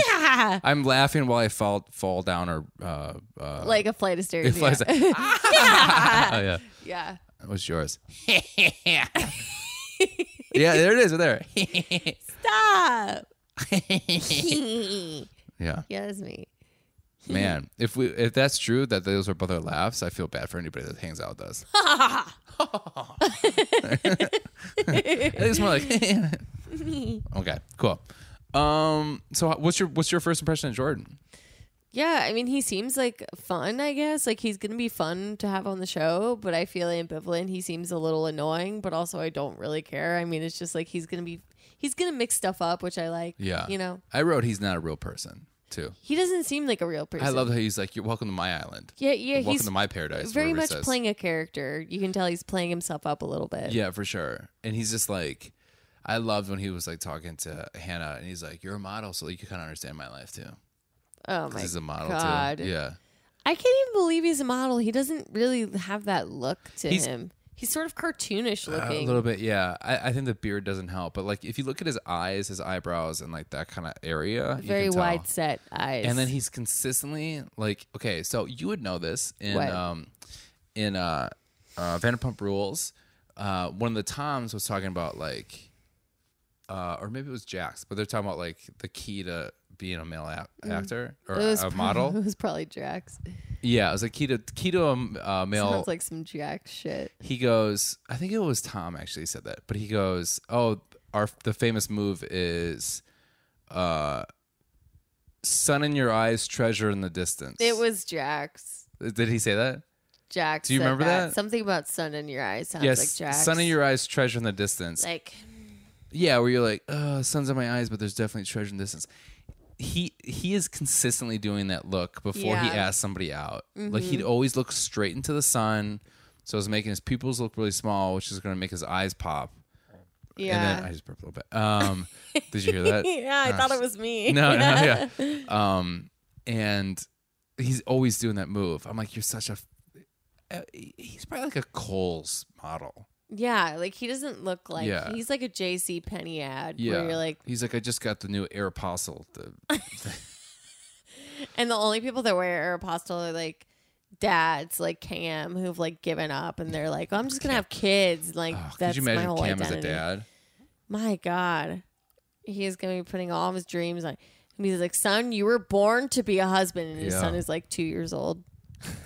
Speaker 1: I'm laughing while I fall fall down or uh, uh,
Speaker 2: Like a flight of stairs.
Speaker 1: It flies-
Speaker 2: yeah.
Speaker 1: oh yeah.
Speaker 2: yeah.
Speaker 1: What's yours? yeah, there it is, right there.
Speaker 2: Stop.
Speaker 1: yeah,
Speaker 2: yeah, that's me.
Speaker 1: man. If we if that's true that those are both our laughs, I feel bad for anybody that hangs out with us. it's more like okay, cool. Um, so what's your what's your first impression of Jordan?
Speaker 2: Yeah, I mean, he seems like fun, I guess. Like, he's going to be fun to have on the show, but I feel ambivalent. He seems a little annoying, but also I don't really care. I mean, it's just like he's going to be, he's going to mix stuff up, which I like.
Speaker 1: Yeah,
Speaker 2: You know,
Speaker 1: I wrote he's not a real person too.
Speaker 2: he doesn't seem like a real person.
Speaker 1: I love how he's like, "You're welcome to my island.
Speaker 2: Yeah, yeah,
Speaker 1: welcome
Speaker 2: he's
Speaker 1: to my paradise."
Speaker 2: very
Speaker 1: whatever he
Speaker 2: much
Speaker 1: says.
Speaker 2: playing a character. You can tell he's playing himself up a little bit.
Speaker 1: Yeah, for sure. And he's just like, I loved when he was like talking to Hannah, and he's like, "You're a model, so you can kind of understand my life too."
Speaker 2: Oh, my
Speaker 1: Because he's a model
Speaker 2: God.
Speaker 1: too. Yeah,
Speaker 2: I can't even believe he's a model. He doesn't really have that look to
Speaker 1: He's-
Speaker 2: him. He's sort of cartoonish
Speaker 1: Uh, a
Speaker 2: looking.
Speaker 1: little bit. Yeah, I, I think the beard doesn't help, but like if you look at his eyes, his eyebrows, and like that kind of area, you
Speaker 2: very
Speaker 1: can tell.
Speaker 2: wide set eyes.
Speaker 1: And then he's consistently like, okay, so you would know this in
Speaker 2: What?
Speaker 1: um in uh, uh Vanderpump Rules. Uh, one of the Toms was talking about like, uh, or maybe it was Jax, but they're talking about like the key to being a male a- actor or
Speaker 2: Mm. It was
Speaker 1: a
Speaker 2: prob-
Speaker 1: model.
Speaker 2: It was probably Jax.
Speaker 1: yeah, it was like key to key to a m- uh, male
Speaker 2: Sounds like some Jax shit.
Speaker 1: he goes i think it was tom actually said that but he goes oh our the famous move is uh sun in your eyes treasure in the distance
Speaker 2: It was Jax.
Speaker 1: did he say that
Speaker 2: Jax.
Speaker 1: Do you
Speaker 2: said
Speaker 1: remember that?
Speaker 2: Something about sun in your eyes sounds
Speaker 1: yes
Speaker 2: like Jax.
Speaker 1: sun in your eyes treasure in the distance
Speaker 2: like.
Speaker 1: yeah where you're like oh sun's in my eyes but there's definitely treasure in the distance he he is consistently doing that look before he
Speaker 2: Yeah. Mm-hmm.
Speaker 1: asks somebody out like he'd always look straight into the sun so it's making his pupils look really small which is going to make his eyes pop
Speaker 2: Yeah.
Speaker 1: And then I just burped a little bit. Um, did you hear that?
Speaker 2: yeah, I thought it was me.
Speaker 1: No, no, yeah. Um, and he's always doing that move. I'm like, you're such a. Uh, he's probably like a Coles model.
Speaker 2: Yeah, like he doesn't look like
Speaker 1: Yeah.
Speaker 2: he's like a JC Penny ad
Speaker 1: Yeah.
Speaker 2: where you're like
Speaker 1: he's like, I just got the new Air Apostle. The, oh,
Speaker 2: and the only people that wear Aeropostale are like dads like Cam who've like given up and they're like, oh, I'm just gonna have kids. Like
Speaker 1: oh, could
Speaker 2: that's
Speaker 1: you
Speaker 2: my
Speaker 1: imagine
Speaker 2: whole
Speaker 1: Cam
Speaker 2: identity.
Speaker 1: as a dad?
Speaker 2: My God. He is gonna be putting all of his dreams on and he's like, son, you were born to be a husband and his
Speaker 1: Yeah.
Speaker 2: son is like two years old.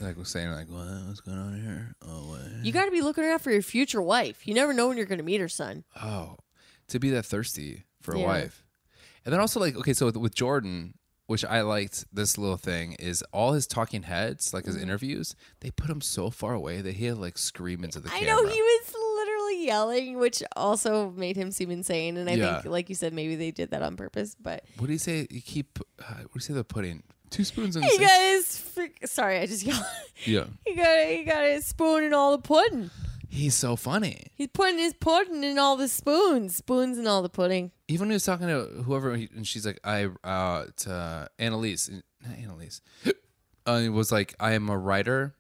Speaker 1: Like we're saying, like, what, what's going on here? Oh, what?
Speaker 2: You gotta be looking out for your future wife. You never know when you're gonna meet her son.
Speaker 1: Oh, to be that thirsty for a
Speaker 2: Yeah.
Speaker 1: wife. And then also, like, okay, so with, with Jordan, which I liked this little thing, is all his talking heads, like
Speaker 2: Mm-hmm.
Speaker 1: his interviews, they put him so far away that he had to, like scream into the
Speaker 2: I
Speaker 1: camera.
Speaker 2: know he was literally yelling, which also made him seem insane. And I
Speaker 1: Yeah.
Speaker 2: think, like you said, maybe they did that on purpose. But
Speaker 1: What do you say? You keep, uh, what do you say the pudding? Two spoons in the
Speaker 2: he
Speaker 1: sink?
Speaker 2: got his freak. Sorry, I just yelled.
Speaker 1: Yeah.
Speaker 2: he got he got his spoon in all the pudding.
Speaker 1: He's so funny.
Speaker 2: He's putting his pudding in all the spoons, spoons in all the pudding.
Speaker 1: Even when he was talking to whoever, he- and she's like, I, uh, to Annalise, not Annalise, uh, it was like, I am a writer.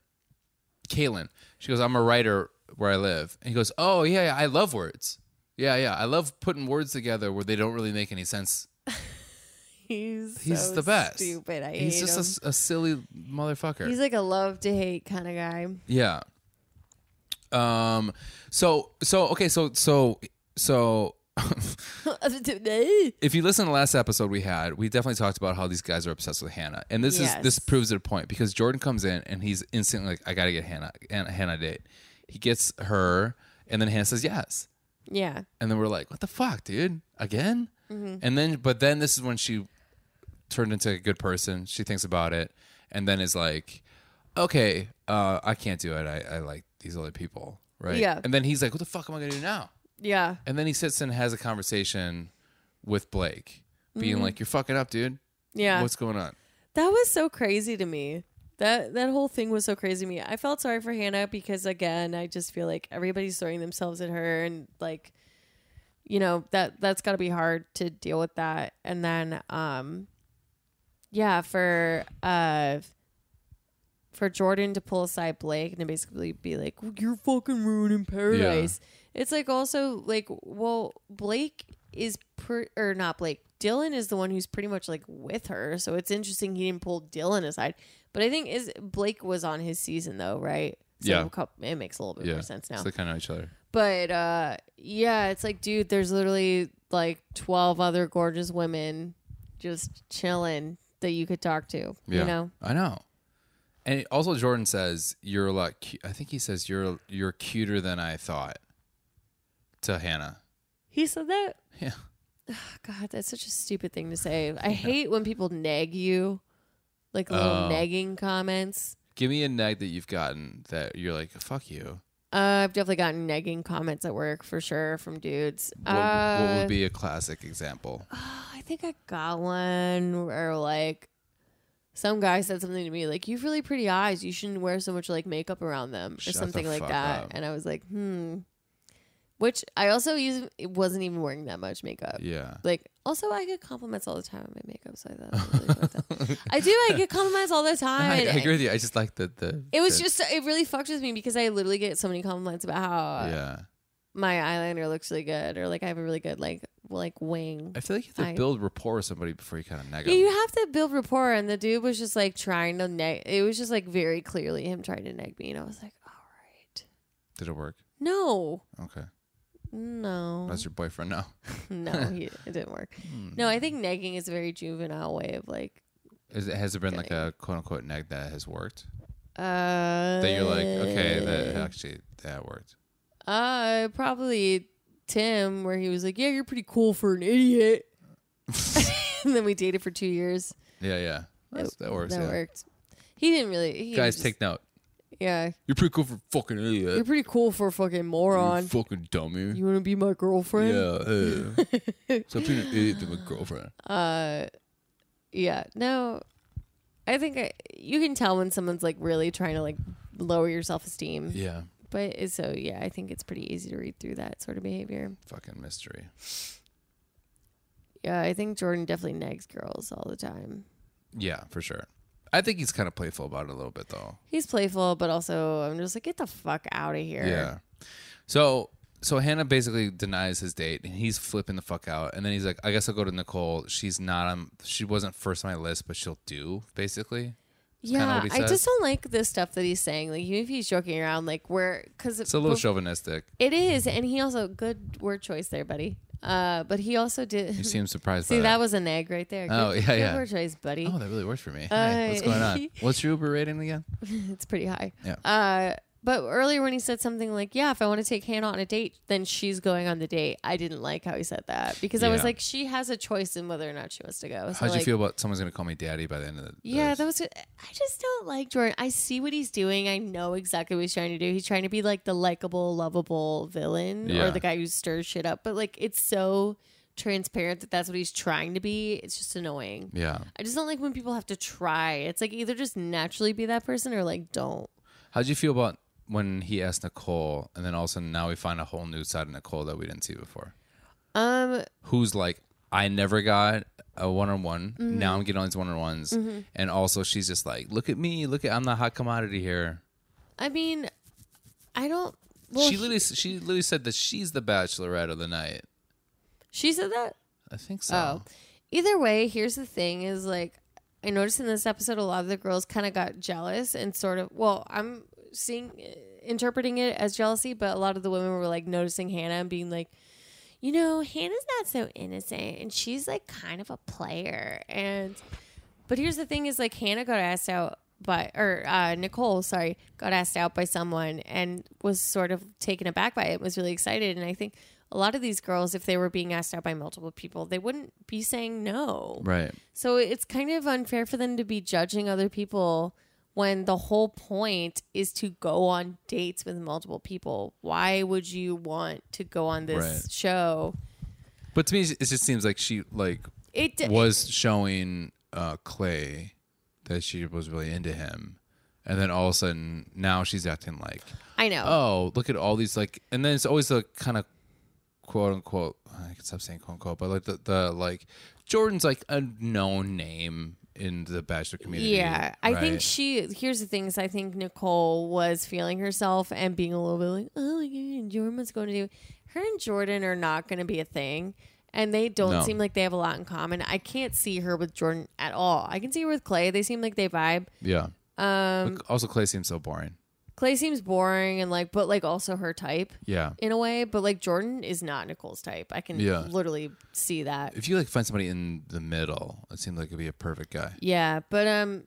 Speaker 1: Kaylin, she goes, I'm a writer where I live. And he goes, Oh, yeah, yeah, I love words. Yeah, yeah. I love putting words together where they don't really make any sense.
Speaker 2: He's
Speaker 1: He's
Speaker 2: so
Speaker 1: the best.
Speaker 2: Stupid. I
Speaker 1: He's
Speaker 2: hate
Speaker 1: just a
Speaker 2: him.
Speaker 1: s- A, silly motherfucker.
Speaker 2: He's like a love to hate kind of guy.
Speaker 1: Yeah. Um. So so okay. So so so. if you listen to the last episode we had, we definitely talked about how these guys are obsessed with Hannah, and this is this
Speaker 2: Yes.
Speaker 1: proves their point because Jordan comes in and he's instantly like, "I gotta get Hannah, Hannah, Hannah a date." He gets her, and then Hannah says yes,
Speaker 2: Yeah.
Speaker 1: and then we're like, "What the fuck, dude? Again?"
Speaker 2: Mm-hmm.
Speaker 1: And then, but then this is when she turned into a good person. She thinks about it, and then is like, "Okay, uh, I can't do it. I, I like these other people, right?"
Speaker 2: Yeah.
Speaker 1: And then he's like, "What the fuck am I gonna do now?"
Speaker 2: Yeah.
Speaker 1: And then he sits and has a conversation with Blake, being like, "You're fucking up, dude.
Speaker 2: Mm-hmm. Yeah.
Speaker 1: What's going on?"
Speaker 2: That was so crazy to me. That that whole thing was so crazy to me. I felt sorry for Hannah because again, I just feel like everybody's throwing themselves at her and like you know, that that's got to be hard to deal with that. And then um yeah, for uh for Jordan to pull aside Blake and to basically be like, "You're fucking ruining paradise." It's like also like, well, Blake is pre- or not Blake. Dylan is the one who's pretty much like with her, so it's interesting he didn't pull Dylan aside. But I think is Blake was on his season though, right? So
Speaker 1: Yeah.
Speaker 2: a cou- it makes a little bit
Speaker 1: Yeah,
Speaker 2: more sense now.
Speaker 1: So they kind of know each other.
Speaker 2: But uh yeah, it's like dude, there's literally like 12 other gorgeous women just chilling that you could talk to,
Speaker 1: Yeah,
Speaker 2: you know.
Speaker 1: I know. And also, Jordan says you're a lot. Cu- I think he says you're you're cuter than I thought. To Hannah,
Speaker 2: He said that
Speaker 1: yeah,
Speaker 2: God, that's such a stupid thing to say. I hate when people nag you, like little
Speaker 1: Oh.
Speaker 2: nagging comments.
Speaker 1: Give me a neg that you've gotten that you're like, fuck you.
Speaker 2: Uh, I've definitely gotten nagging comments at work for sure from dudes.
Speaker 1: What, what
Speaker 2: Uh,
Speaker 1: would be a classic example?
Speaker 2: oh, I think I got one where like some guy said something to me like, "You've really pretty eyes. You shouldn't wear so much like makeup around them," or
Speaker 1: Shut the
Speaker 2: something like
Speaker 1: fuck
Speaker 2: that.
Speaker 1: up.
Speaker 2: And I was like, hmm. Which I also used. It wasn't even wearing that much makeup.
Speaker 1: Yeah.
Speaker 2: Like, also, I get compliments all the time on my makeup, so I thought that was really worth it. I do. I get compliments all the time.
Speaker 1: I, I
Speaker 2: and
Speaker 1: agree with you. I just like the. the
Speaker 2: It was
Speaker 1: the-
Speaker 2: just it really fucked with me because I literally get so many compliments about how uh,
Speaker 1: yeah.
Speaker 2: my eyeliner looks really good, or like I have a really good like like wing.
Speaker 1: I feel like you have to
Speaker 2: I-
Speaker 1: build rapport with somebody before you kind of neg
Speaker 2: Yeah,
Speaker 1: them.
Speaker 2: you have to build rapport, and the dude was just like trying to neg. It was just like very clearly him trying to neg me, and I was like, all right,
Speaker 1: Did it work?
Speaker 2: no,
Speaker 1: Okay.
Speaker 2: no,
Speaker 1: That's Hmm. your boyfriend now.
Speaker 2: no, he, it didn't work. No, I think negging is a very juvenile way of like.
Speaker 1: Is it, has there been like
Speaker 2: Okay.
Speaker 1: a quote unquote neg that has worked?
Speaker 2: Uh,
Speaker 1: That you're like, okay, that actually that worked.
Speaker 2: Uh, probably Tim, where he was like, "Yeah, you're pretty cool for an idiot." and then we dated for two years.
Speaker 1: Yeah, yeah. That's, that works.
Speaker 2: That
Speaker 1: yeah.
Speaker 2: worked. He didn't really. He
Speaker 1: Guys,
Speaker 2: was
Speaker 1: take note.
Speaker 2: just- Yeah,
Speaker 1: You're pretty cool for fucking
Speaker 2: you're
Speaker 1: idiot.
Speaker 2: pretty cool for a fucking
Speaker 1: you
Speaker 2: moron.
Speaker 1: fucking dummy.
Speaker 2: You want to be my girlfriend?
Speaker 1: yeah. yeah. so being an idiot to my girlfriend.
Speaker 2: Uh, yeah. No, I think I, you can tell when someone's like really trying to like lower your self esteem.
Speaker 1: Yeah.
Speaker 2: But it's so yeah, I think it's pretty easy to read through that sort of behavior.
Speaker 1: Fucking mystery.
Speaker 2: Yeah, I think Jordan definitely nags girls all the time.
Speaker 1: Yeah, for sure. I think he's kind of playful about it a little bit, though.
Speaker 2: He's playful, but also I'm just like, get the fuck out of here.
Speaker 1: Yeah. So so Hannah basically denies his date, and he's flipping the fuck out. And then he's like, "I guess I'll go to Nicole. She's not on. She wasn't first on my list, but she'll do." Basically, kinda
Speaker 2: Yeah,
Speaker 1: what he
Speaker 2: I
Speaker 1: says.
Speaker 2: just don't like this stuff that he's saying. Like, even if he's joking around, like, we're because
Speaker 1: it's a little chauvinistic.
Speaker 2: It is, and he also good word choice there, buddy. Uh, but he also
Speaker 1: You
Speaker 2: did.
Speaker 1: seem surprised.
Speaker 2: See,
Speaker 1: by
Speaker 2: that was an egg right there.
Speaker 1: Oh,
Speaker 2: Good-
Speaker 1: yeah,
Speaker 2: good
Speaker 1: yeah.
Speaker 2: Word choice, buddy.
Speaker 1: Oh, that really works for me.
Speaker 2: Uh,
Speaker 1: Hey, what's going on? What's your Uber rating again?
Speaker 2: it's pretty high.
Speaker 1: Yeah.
Speaker 2: Uh, but earlier when he said something like, "Yeah, if I want to take Hannah on a date, then she's going on the date," I didn't like how he said that because I was
Speaker 1: Yeah.
Speaker 2: like, she has a choice in whether or not she wants to go. So
Speaker 1: How'd
Speaker 2: like,
Speaker 1: you feel about someone's gonna call me daddy by the end of the?
Speaker 2: Yeah,
Speaker 1: this?
Speaker 2: that was. I just don't like Jordan. I see what he's doing. I know exactly what he's trying to do. He's trying to be like the likable, lovable villain
Speaker 1: Yeah.
Speaker 2: or the guy who stirs shit up. But like, it's so transparent that that's what he's trying to be. It's just annoying.
Speaker 1: Yeah.
Speaker 2: I just don't like when people have to try. It's like either just naturally be that person or like don't.
Speaker 1: How'd you feel about when he asked Nicole, and then all of a sudden now we find a whole new side of Nicole that we didn't see before?
Speaker 2: Um,
Speaker 1: who's like, I never got a one on one.
Speaker 2: Mm-hmm.
Speaker 1: Now I'm getting all these one on ones. And also, she's just like, look at me. Look at, I'm the hot commodity here.
Speaker 2: I mean, I don't. Well,
Speaker 1: she literally, she literally said that she's the bachelorette of the night.
Speaker 2: she said that.
Speaker 1: I think so.
Speaker 2: Oh. Either way, here's the thing is like I noticed in this episode a lot of the girls kind of got jealous and sort of well, I'm seeing eh, interpreting it as jealousy, but a lot of the women were like noticing Hannah and being like you know, Hannah's not so innocent and she's like kind of a player. And but here's the thing is like Hannah got asked out by or uh, Nicole, sorry, got asked out by someone and was sort of taken aback by it, was really excited. And I think a lot of these girls, if they were being asked out by multiple people, they wouldn't be saying no.
Speaker 1: Right.
Speaker 2: So it's kind of unfair for them to be judging other people when the whole point is to go on dates with multiple people. Why would you want to go on this
Speaker 1: Right.
Speaker 2: show?
Speaker 1: But to me, it just seems like she like
Speaker 2: It d-
Speaker 1: was showing uh, Clay that she was really into him, and then all of a sudden now she's acting like,
Speaker 2: I know.
Speaker 1: oh, look at all these like, and then it's always the kind of quote unquote. I can stop saying quote unquote, but like the the like Jordan's like a known name in the bachelor community.
Speaker 2: Yeah, I think
Speaker 1: right?
Speaker 2: she. Here's the thing: is I think Nicole was feeling herself and being a little bit like, "Oh, yeah, Jordan's going to do." Her and Jordan are not going to be a thing, and they don't
Speaker 1: No.
Speaker 2: seem like they have a lot in common. I can't see her with Jordan at all. I can see her with Clay. They seem like they vibe.
Speaker 1: yeah.
Speaker 2: Um,
Speaker 1: But also, Clay seems so boring.
Speaker 2: Clay seems boring and like, but like also her type
Speaker 1: Yeah.
Speaker 2: in a way. But like Jordan is not Nicole's type. I can
Speaker 1: Yeah.
Speaker 2: literally see that.
Speaker 1: If you like find somebody in the middle, it seems like it'd be a perfect guy.
Speaker 2: Yeah, but um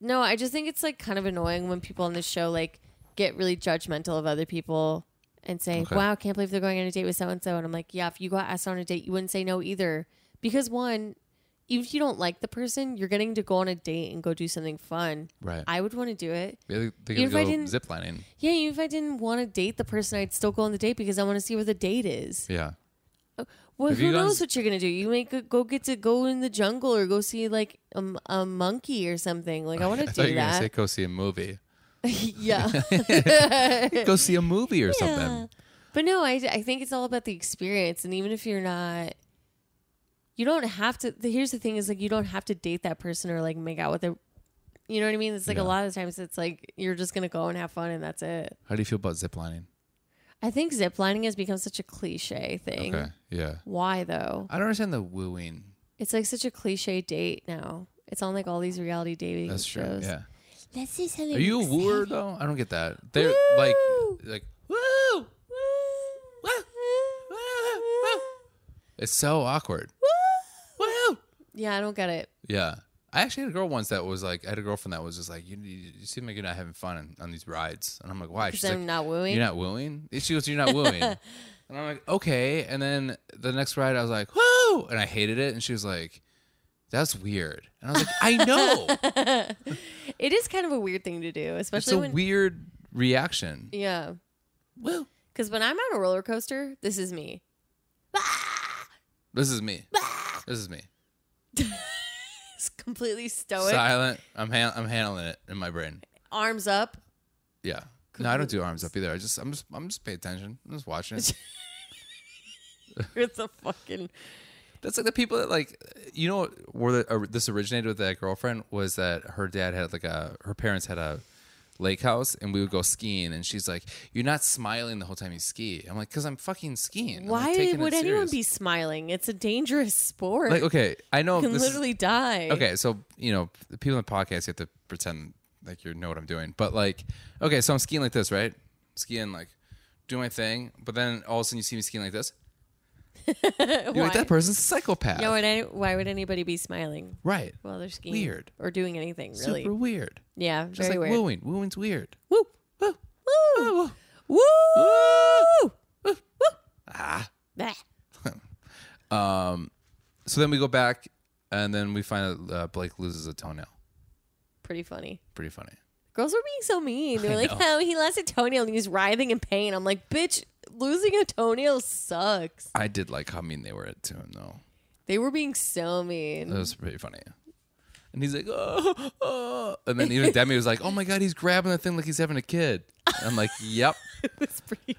Speaker 2: no, I just think it's like kind of annoying when people on this show like get really judgmental of other people and say,
Speaker 1: Okay.
Speaker 2: "Wow, can't believe they're going on a date with so and so." And I'm like, "Yeah, if you got asked on a date, you wouldn't say no either." Because one, even if you don't like the person, you're getting to go on a date and go do something fun.
Speaker 1: Right.
Speaker 2: I would want to do it.
Speaker 1: Yeah, they- they
Speaker 2: You
Speaker 1: could
Speaker 2: know, if I
Speaker 1: go
Speaker 2: didn't-
Speaker 1: ziplining.
Speaker 2: Yeah, even if I didn't want to date the person, I'd still go on the date because I want to see where the date is.
Speaker 1: Yeah.
Speaker 2: Well,
Speaker 1: Have
Speaker 2: who
Speaker 1: you guys-
Speaker 2: knows what you're gonna do? You may go- go get to go in the jungle or go see like a, m- a monkey or something. Like I want to
Speaker 1: I thought
Speaker 2: do
Speaker 1: you were gonna
Speaker 2: that.
Speaker 1: say go see a movie.
Speaker 2: yeah.
Speaker 1: go see a movie or
Speaker 2: Yeah.
Speaker 1: something.
Speaker 2: But no, I, I think it's all about the experience. And even if you're not, you don't have to. The, here's the thing is like, you don't have to date that person or like make out with them. You know what I mean? It's like
Speaker 1: Yeah.
Speaker 2: a lot of times it's like you're just going to go and have fun and that's it.
Speaker 1: How do you feel about ziplining?
Speaker 2: I think ziplining has become such a cliche thing.
Speaker 1: Okay. Yeah.
Speaker 2: Why though?
Speaker 1: I don't understand the wooing.
Speaker 2: It's like such a cliche date now. It's on like all these reality dating
Speaker 1: That's true.
Speaker 2: shows.
Speaker 1: Yeah.
Speaker 2: Let's see something.
Speaker 1: Are you a wooer though? I don't get that. They're like like woo. Woo. Woo. Woo. It's so awkward. Woo. Woo.
Speaker 2: Yeah, I don't get it.
Speaker 1: Yeah. I actually had a girl once that was like, I had a girlfriend that was just like, you, you, you seem like you're not having fun on, on these rides. And I'm like, why?
Speaker 2: Because
Speaker 1: She's
Speaker 2: I'm
Speaker 1: like,
Speaker 2: not wooing.
Speaker 1: You're not wooing? She goes, You're not wooing. and I'm like, Okay. And then the next ride, I was like, Woo! And I hated it. And she was like, That's weird. And I was like, I know.
Speaker 2: It is kind of a weird thing to do,
Speaker 1: it's
Speaker 2: especially
Speaker 1: a
Speaker 2: when
Speaker 1: weird reaction.
Speaker 2: yeah.
Speaker 1: Woo!
Speaker 2: Because when I'm on a roller coaster, this is me.
Speaker 1: This is me. this is me.
Speaker 2: It's completely stoic,
Speaker 1: Silent. I'm, han- I'm handling it in my brain.
Speaker 2: arms up.
Speaker 1: Yeah. No, I don't do arms up either. I just, I'm just, I'm just paying attention. I'm just watching it.
Speaker 2: It's a fucking
Speaker 1: That's like the people that like you know where the, or this originated with that girlfriend was that her dad had like a her parents had a lake house and we would go skiing and she's like you're not smiling the whole time you ski I'm like because I'm fucking skiing I'm not
Speaker 2: Why
Speaker 1: taking it
Speaker 2: would anyone
Speaker 1: serious."
Speaker 2: be smiling? It's a dangerous sport.
Speaker 1: like okay I know
Speaker 2: you can
Speaker 1: this is-
Speaker 2: literally die.
Speaker 1: okay so you know the people in the podcast you have to pretend like you know what i'm doing but like okay so i'm skiing like this right skiing like doing my thing but then all of a sudden you see me skiing like this you're
Speaker 2: why?
Speaker 1: like that person's a psychopath
Speaker 2: Yeah, why would any- why would anybody be smiling
Speaker 1: right
Speaker 2: while they're skiing?
Speaker 1: Weird.
Speaker 2: Or doing anything, really.
Speaker 1: super weird
Speaker 2: yeah,
Speaker 1: just
Speaker 2: very
Speaker 1: like
Speaker 2: weird.
Speaker 1: wooing wooing's weird
Speaker 2: Woo.
Speaker 1: Woo.
Speaker 2: Woo. Woo. Woo. Ah.
Speaker 1: so then we go back and then we find out uh, blake loses a toenail
Speaker 2: Pretty funny.
Speaker 1: pretty funny
Speaker 2: Girls were being so mean. They were like, "Oh, he lost a toenail and he's writhing in pain." I'm like, "Bitch, losing a toenail sucks."
Speaker 1: i did like how mean they were to him though
Speaker 2: They were being so mean.
Speaker 1: That was pretty funny. And he's like, oh, oh. And then even Demi was like, oh my God, he's grabbing the thing like he's having a kid. I'm like, yep.
Speaker 2: it was pretty.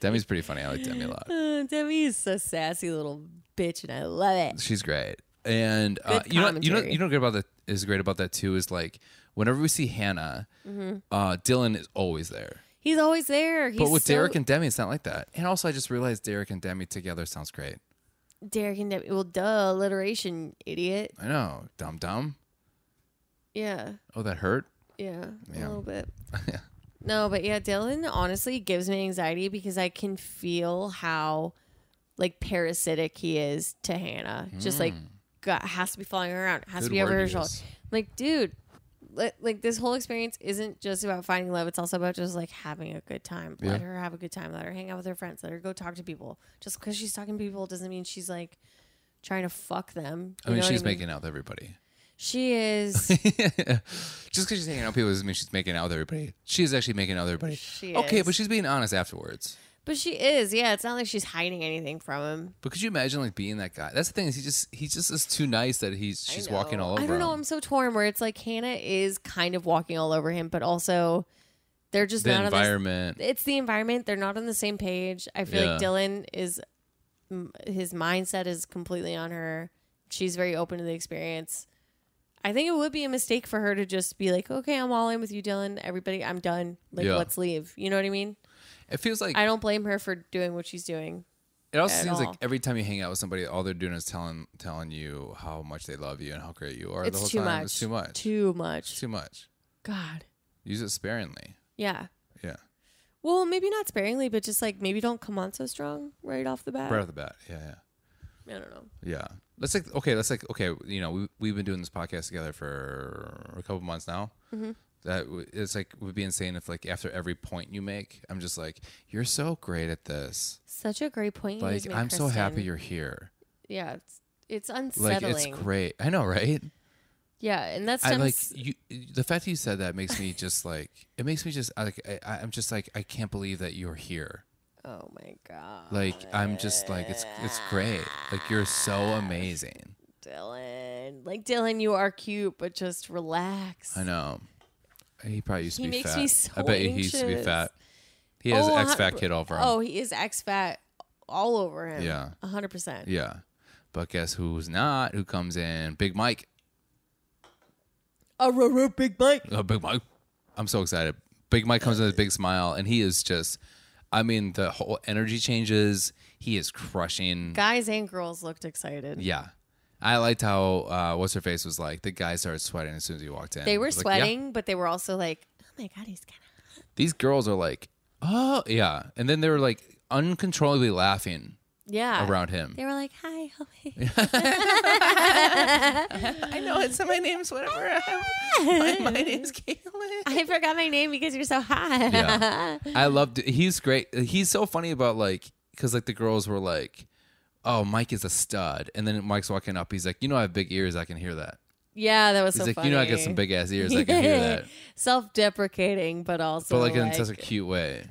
Speaker 1: Demi's pretty funny. I like Demi a lot.
Speaker 2: Uh, Demi is a sassy little bitch, and I love it.
Speaker 1: She's great. And uh,
Speaker 2: Good
Speaker 1: you know, you know,
Speaker 2: commentary.
Speaker 1: you know, what about that is great about that too is like whenever we see Hannah, uh, Dylan is always there.
Speaker 2: He's always there. Mm-hmm. He's
Speaker 1: But with
Speaker 2: so-
Speaker 1: Derek and Demi, it's not like that. And also, I just realized Derek and Demi together sounds great.
Speaker 2: Derek and Demi. Well, duh, alliteration, idiot.
Speaker 1: I know, dumb dumb.
Speaker 2: Yeah,
Speaker 1: Oh, that hurt.
Speaker 2: yeah,
Speaker 1: Yeah.
Speaker 2: a little bit.
Speaker 1: Yeah.
Speaker 2: No, but yeah, Dylan honestly gives me anxiety because I can feel how like parasitic he is to Hannah. Just like got, has to be following her around, has
Speaker 1: Hmm.
Speaker 2: to
Speaker 1: Good
Speaker 2: be over
Speaker 1: word
Speaker 2: her
Speaker 1: use.
Speaker 2: shoulder. I'm like, dude, li- like this whole experience isn't just about finding love. It's also about just like having a good time.
Speaker 1: Yeah.
Speaker 2: Let her have a good time. Let her hang out with her friends. Let her go talk to people. Just because she's talking to people doesn't mean she's like trying to fuck them.
Speaker 1: I
Speaker 2: You
Speaker 1: mean,
Speaker 2: know what
Speaker 1: she's making out with everybody.
Speaker 2: She is.
Speaker 1: Just because she's hanging out with people doesn't mean she's making out with everybody. She is actually making out with everybody.
Speaker 2: She
Speaker 1: okay,
Speaker 2: is.
Speaker 1: but she's being honest afterwards.
Speaker 2: but she is. Yeah, it's not like she's hiding anything from him.
Speaker 1: But could you imagine like being that guy? That's the thing is he just he just is too nice that he's
Speaker 2: I
Speaker 1: she's
Speaker 2: know.
Speaker 1: walking all over.
Speaker 2: I don't know.
Speaker 1: him.
Speaker 2: I'm so torn. Where it's like Hannah is kind of walking all over him, but also they're just
Speaker 1: The
Speaker 2: not on the
Speaker 1: environment.
Speaker 2: it's the environment. They're not on the same page. I feel like
Speaker 1: Yeah.
Speaker 2: Dylan is m- his mindset is completely on her. She's very open to the experience. I think it would be a mistake for her to just be like, "Okay, I'm all in with you, Dylan. Everybody, I'm done. Like,
Speaker 1: Yeah.
Speaker 2: let's leave." You know what I mean?
Speaker 1: It feels like
Speaker 2: I don't blame her for doing what she's doing.
Speaker 1: It also
Speaker 2: at
Speaker 1: seems
Speaker 2: all.
Speaker 1: like every time you hang out with somebody, all they're doing is telling telling you how much they love you and how great you are the
Speaker 2: It's
Speaker 1: whole
Speaker 2: too,
Speaker 1: time.
Speaker 2: much.
Speaker 1: It's too much.
Speaker 2: Too
Speaker 1: It's
Speaker 2: much.
Speaker 1: too much.
Speaker 2: God.
Speaker 1: Use it sparingly.
Speaker 2: Yeah.
Speaker 1: Yeah.
Speaker 2: Well, maybe not sparingly, but just like maybe don't come on so strong right off the bat.
Speaker 1: Right off the bat. Yeah, yeah.
Speaker 2: I don't know.
Speaker 1: Yeah. Let's like okay, let's like okay, you know, we we've been doing this podcast together for a couple months now.
Speaker 2: Mm-hmm.
Speaker 1: That w- it's like would be insane if like after every point you make, I'm just like, You're so great at this.
Speaker 2: Such a great point. you
Speaker 1: Like
Speaker 2: just made,
Speaker 1: I'm so happy
Speaker 2: Kristen.
Speaker 1: you're here.
Speaker 2: Yeah, it's it's
Speaker 1: Like
Speaker 2: unsettling.
Speaker 1: it's great. I know, right?
Speaker 2: Yeah, and that
Speaker 1: I
Speaker 2: stems.
Speaker 1: like you. The fact that you said that makes me just like it makes me just I, like I, I'm just like I can't believe that you're here.
Speaker 2: oh my god,
Speaker 1: Like I'm just like it's it's great. Like you're so amazing.
Speaker 2: Dylan! Like Dylan, you are cute, but just relax.
Speaker 1: I know. He probably used to
Speaker 2: He
Speaker 1: be
Speaker 2: makes
Speaker 1: fat.
Speaker 2: me so
Speaker 1: I bet you he used to be
Speaker 2: anxious.
Speaker 1: fat. He has
Speaker 2: Oh,
Speaker 1: X fat
Speaker 2: hun-
Speaker 1: kid all over him.
Speaker 2: Oh, he is ex fat all over him.
Speaker 1: Yeah.
Speaker 2: a hundred percent.
Speaker 1: Yeah. But guess who's not? Who comes in? Big Mike.
Speaker 2: A r- r- big Mike.
Speaker 1: Oh, Big Mike. I'm so excited. Big Mike comes in with a big smile, and he is just. I mean, the whole energy changes. He is crushing.
Speaker 2: Guys and girls looked excited.
Speaker 1: Yeah. I liked how uh, what's her face was like. The guy started sweating as soon as he walked in.
Speaker 2: They were
Speaker 1: It was like, yeah.
Speaker 2: sweating, but they were also like, "Oh my god, he's kind of."
Speaker 1: These girls are like, oh yeah, and then they were like uncontrollably laughing
Speaker 2: Yeah.
Speaker 1: around him.
Speaker 2: They were like, "Hi, how are you?"
Speaker 1: I know it's my name's whatever. my, name's Caitlin.
Speaker 2: I forgot my name because you're so hot.
Speaker 1: Yeah. I loved. He's great. He's so funny about like because like the girls were like, oh Mike is a stud, and then Mike's walking up. He's like, you know I have big ears. I can hear that.
Speaker 2: Yeah, that was
Speaker 1: He's
Speaker 2: so
Speaker 1: like,
Speaker 2: funny.
Speaker 1: you know I got some big ass ears. I can hear that,
Speaker 2: Self-deprecating, but also
Speaker 1: but like in
Speaker 2: like,
Speaker 1: such a cute way.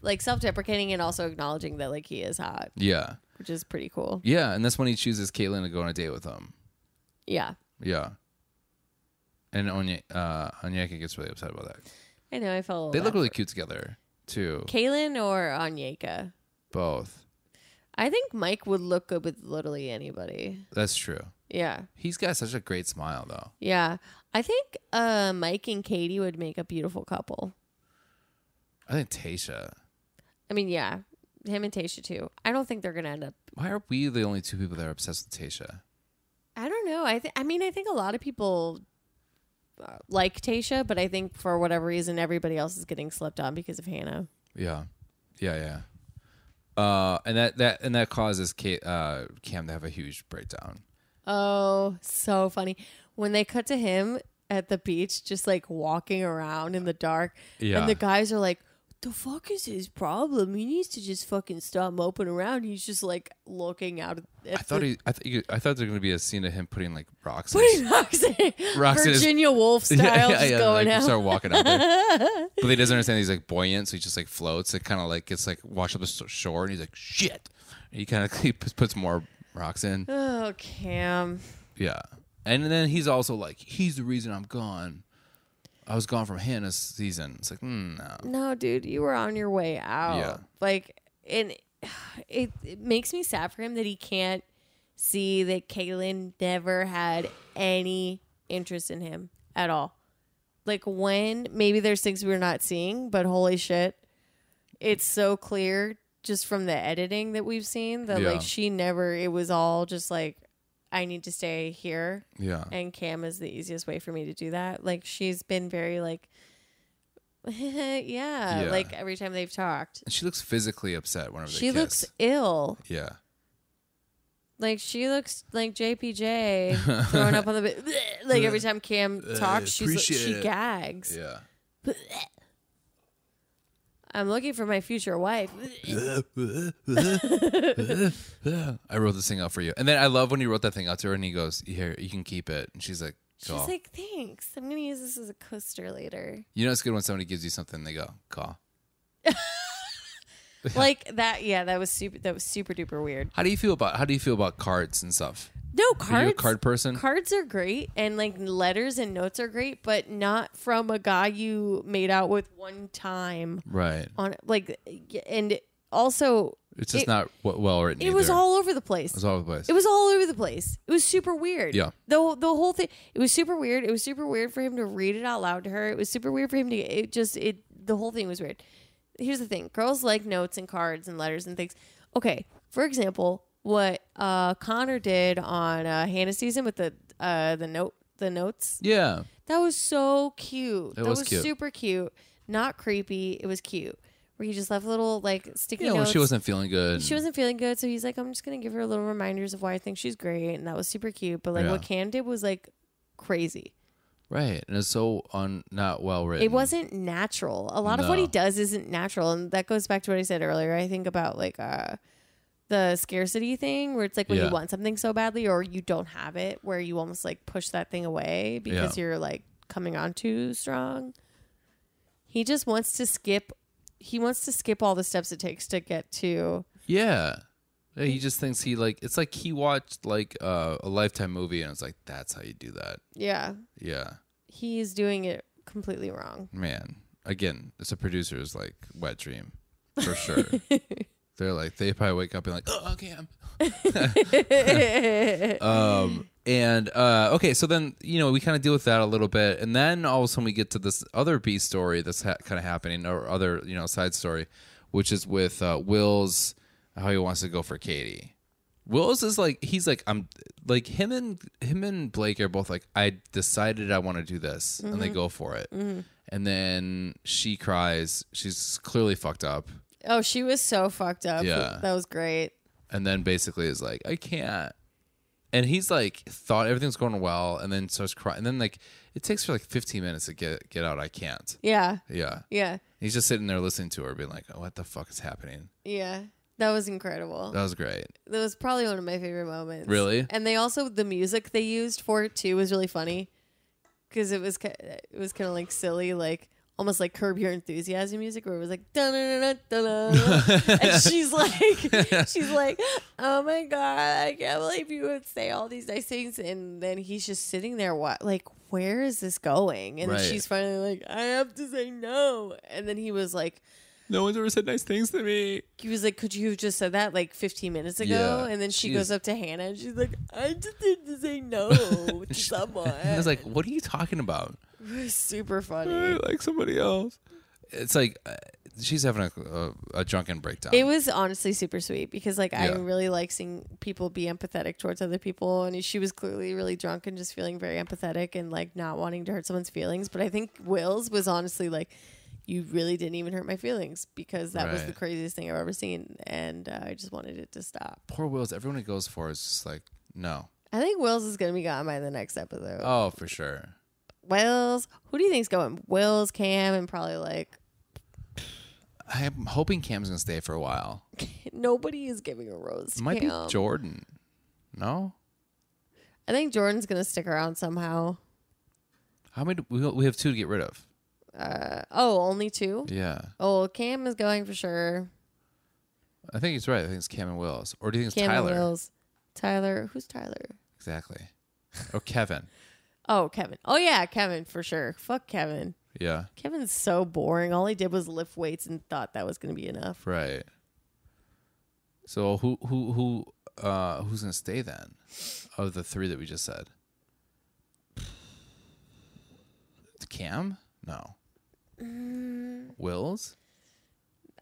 Speaker 2: like self-deprecating and also acknowledging that like he is hot,
Speaker 1: Yeah.
Speaker 2: which is pretty cool.
Speaker 1: Yeah, and that's when he chooses Caitlyn to go on a date with him.
Speaker 2: Yeah,
Speaker 1: Yeah. And Onye, uh, Onyeka gets really upset about that.
Speaker 2: I know. I felt a little
Speaker 1: They look
Speaker 2: bad
Speaker 1: really
Speaker 2: for-
Speaker 1: cute together, too.
Speaker 2: Kaylin or Onyeka.
Speaker 1: Both.
Speaker 2: I think Mike would look good with literally anybody.
Speaker 1: That's true.
Speaker 2: Yeah,
Speaker 1: He's got such a great smile, though.
Speaker 2: yeah. I think uh, Mike and Katie would make a beautiful couple.
Speaker 1: I think Tasha.
Speaker 2: I mean, yeah, him and Tasha too. I don't think they're gonna end up.
Speaker 1: Why are we the only two people that are obsessed with Tasha?
Speaker 2: I don't know. I think. I mean, I think a lot of people uh, like Tasha, but I think for whatever reason, everybody else is getting slept on because of Hannah.
Speaker 1: Yeah. Yeah, yeah. Uh, and that, that and that causes Kate, uh, Cam to have a huge breakdown.
Speaker 2: Oh, so funny. When they cut to him at the beach, just like walking around in the dark,
Speaker 1: Yeah.
Speaker 2: and the guys are like, the fuck is his problem? He needs to just fucking stop moping around. He's just like looking out at
Speaker 1: I thought he, I, th- I thought there was going to be a scene of him putting like rocks. in
Speaker 2: What
Speaker 1: his-
Speaker 2: is Roxanne?
Speaker 1: Roxanne is-
Speaker 2: Virginia Woolf style just going
Speaker 1: like,
Speaker 2: out.
Speaker 1: Start walking out there. but he doesn't understand he's like buoyant, so he just like floats. It kind of like gets like washed up the s- shore, and he's like shit. And he kind of he p- puts more rocks in.
Speaker 2: Oh, Cam.
Speaker 1: Yeah, and then he's also like he's the reason I'm gone. I was gone from Hannah's season. It's like mm, no.
Speaker 2: No, dude, you were on your way out.
Speaker 1: Yeah.
Speaker 2: Like, and it, it makes me sad for him that he can't see that Kaylin never had any interest in him at all. Like, when maybe there's things we're not seeing, but holy shit, it's so clear just from the editing that we've seen that,
Speaker 1: Yeah.
Speaker 2: like, she never, it was all just like, I need to stay here
Speaker 1: Yeah,
Speaker 2: and cam is the easiest way for me to do that like she's been very like yeah,
Speaker 1: Yeah.
Speaker 2: like every time they've talked
Speaker 1: and she looks physically upset whenever they
Speaker 2: she
Speaker 1: kiss.
Speaker 2: looks ill
Speaker 1: yeah.
Speaker 2: Like she looks like JPJ throwing up on the bed. Like every time Cam talks, she's like,
Speaker 1: Uh, appreciate
Speaker 2: she
Speaker 1: it.
Speaker 2: gags.
Speaker 1: Yeah.
Speaker 2: I'm looking for my future wife.
Speaker 1: I wrote this thing out for you. And then I love when he wrote that thing out to her and he goes, Here, you can keep it. And she's like, Call.
Speaker 2: She's like, thanks. I'm gonna use this as a coaster later.
Speaker 1: you know, it's good when somebody gives you something, they go, Call.
Speaker 2: Like that. Yeah, that was super. That was super duper weird.
Speaker 1: How do you feel about how do you feel about cards and stuff?
Speaker 2: No
Speaker 1: Are you a
Speaker 2: cards.
Speaker 1: card person?
Speaker 2: Cards are great, and like letters and notes are great, but not from a guy you made out with one time
Speaker 1: right.
Speaker 2: on like, and also
Speaker 1: It's just
Speaker 2: it-
Speaker 1: not w- well written.
Speaker 2: it was
Speaker 1: either.
Speaker 2: all over the
Speaker 1: It
Speaker 2: place.
Speaker 1: was all over the place.
Speaker 2: It was all over the place. It was super weird.
Speaker 1: Yeah.
Speaker 2: The whole- the whole thing. It was super weird. It was super weird for him to read it out loud to her. It was super weird for him to. It just it. The whole thing was weird. Here's the thing. Girls like notes and cards and letters and things. Okay. For example, what uh, Connor did on uh, Hannah season with the uh, the note the notes.
Speaker 1: yeah.
Speaker 2: That was so cute. that
Speaker 1: was
Speaker 2: was,
Speaker 1: cute.
Speaker 2: super cute. Not creepy. It was cute. Where he just left little like sticky
Speaker 1: You know, when
Speaker 2: notes
Speaker 1: she wasn't feeling good.
Speaker 2: she wasn't feeling good, so he's like, I'm just gonna give her little reminders of why I think she's great, and that was super cute. But like
Speaker 1: Yeah.
Speaker 2: what Cam did was like crazy.
Speaker 1: right. And it's so on not well written.
Speaker 2: It wasn't natural. A lot of what
Speaker 1: No.
Speaker 2: he does isn't natural, and that goes back to what I said earlier. I think about like uh the scarcity thing, where it's like when
Speaker 1: Yeah.
Speaker 2: you want something so badly or you don't have it, where you almost like push that thing away because
Speaker 1: Yeah.
Speaker 2: you're like coming on too strong. He just wants to skip. He wants to skip all the steps it takes to get to
Speaker 1: Yeah. Yeah, He just thinks he like it's like he watched like uh, a lifetime movie and it's like that's how you do that.
Speaker 2: yeah.
Speaker 1: Yeah.
Speaker 2: He's doing it completely wrong.
Speaker 1: Man. Again, it's a producer's like wet dream for sure. They're like they probably wake up and like, Oh okay, I'm um and uh okay, so then you know, we kinda deal with that a little bit and then all of a sudden we get to this other B story that's ha- kinda happening or other, you know, side story, which is with uh Will's how he wants to go for Katie. Wills is like he's like I'm like him and him and Blake are both like I decided I want to do this and they go for it. And then she cries. She's clearly fucked up.
Speaker 2: Oh, she was so fucked up.
Speaker 1: Yeah.
Speaker 2: That was great.
Speaker 1: And then basically is like I can't. And he's like thought everything's going well and then starts crying. And then like it takes her like 15 minutes to get get out I can't.
Speaker 2: Yeah.
Speaker 1: Yeah.
Speaker 2: Yeah.
Speaker 1: He's just sitting there listening to her being like, oh, "What the fuck is happening?"
Speaker 2: Yeah. That was incredible.
Speaker 1: That was great.
Speaker 2: That was probably one of my favorite moments.
Speaker 1: Really?
Speaker 2: And they also the music they used for it too was really funny because it was ki- it was kind of like silly, like almost like Curb Your Enthusiasm music, where it was like dun dun dun dun, and she's like she's like, oh my god, I can't believe you would say all these nice things, and then he's just sitting there, what like where is this going? And then
Speaker 1: Right.
Speaker 2: she's finally like, I have to say no, and then he was like,
Speaker 1: No one's ever said nice things to me.
Speaker 2: he was like, "Could you have just said that like 15 minutes ago?"
Speaker 1: Yeah,
Speaker 2: and then she
Speaker 1: she
Speaker 2: goes
Speaker 1: is-
Speaker 2: up to Hannah and she's like, "I just need to say no to someone."
Speaker 1: And I was like, "What are you talking about?"
Speaker 2: It was super funny.
Speaker 1: like somebody else. It's like uh, she's having a, a, a drunken breakdown.
Speaker 2: It was honestly super sweet because like I
Speaker 1: Um, Yeah.
Speaker 2: really like seeing people be empathetic towards other people, and she was clearly really drunk and just feeling very empathetic and like not wanting to hurt someone's feelings. But I think Will's was honestly like, "You really didn't even hurt my feelings because that was
Speaker 1: Right.
Speaker 2: the craziest thing I've ever seen, and uh, I just wanted it to stop."
Speaker 1: Poor Wills. Everyone he goes for is just like no.
Speaker 2: I think Will's is gonna be gone by the next episode.
Speaker 1: Oh, for sure.
Speaker 2: Wills. Who do you think's going? Wills, Cam, and probably like
Speaker 1: I'm hoping Cam's gonna stay for a while.
Speaker 2: nobody is giving a rose.
Speaker 1: It
Speaker 2: To
Speaker 1: might
Speaker 2: Cam.
Speaker 1: be Jordan. No,
Speaker 2: I think Jordan's gonna stick around somehow.
Speaker 1: how many? do- We we have two to get rid of.
Speaker 2: Uh, oh, only two.
Speaker 1: Yeah,
Speaker 2: Oh, Cam is going for sure.
Speaker 1: I think he's right. I think it's Cam and Wills. Or do you think it's
Speaker 2: Cam
Speaker 1: Tyler?
Speaker 2: and Wills. Tyler, who's Tyler?
Speaker 1: Exactly. Or Kevin.
Speaker 2: Oh, Kevin. Oh yeah, Kevin for sure. Fuck Kevin.
Speaker 1: Yeah.
Speaker 2: Kevin's so boring. All he did was lift weights and thought that was gonna be enough.
Speaker 1: Right. So who who who uh who's gonna stay then? Of the three that we just said. Cam? No.
Speaker 2: Mm.
Speaker 1: Wills?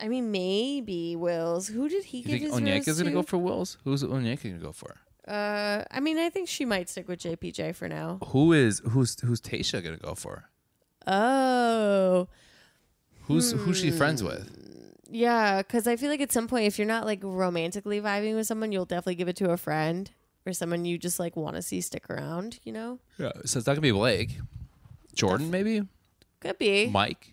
Speaker 2: I mean, maybe Wills. Who did he
Speaker 1: You
Speaker 2: give
Speaker 1: think
Speaker 2: his
Speaker 1: Onyeka
Speaker 2: rose
Speaker 1: is gonna
Speaker 2: to?
Speaker 1: go for Wills? Who's Onyeka gonna go for?
Speaker 2: uh, I mean, I think she might stick with JPJ for now.
Speaker 1: Who is who's who's Tasha gonna go for?
Speaker 2: Oh,
Speaker 1: Who's who's she friends with?
Speaker 2: Yeah, because I feel like at some point, if you're not like romantically vibing with someone, you'll definitely give it to a friend or someone you just like want to see stick around. You know,
Speaker 1: Yeah. So it's not gonna be Blake, Jordan, maybe
Speaker 2: could be.
Speaker 1: Mike.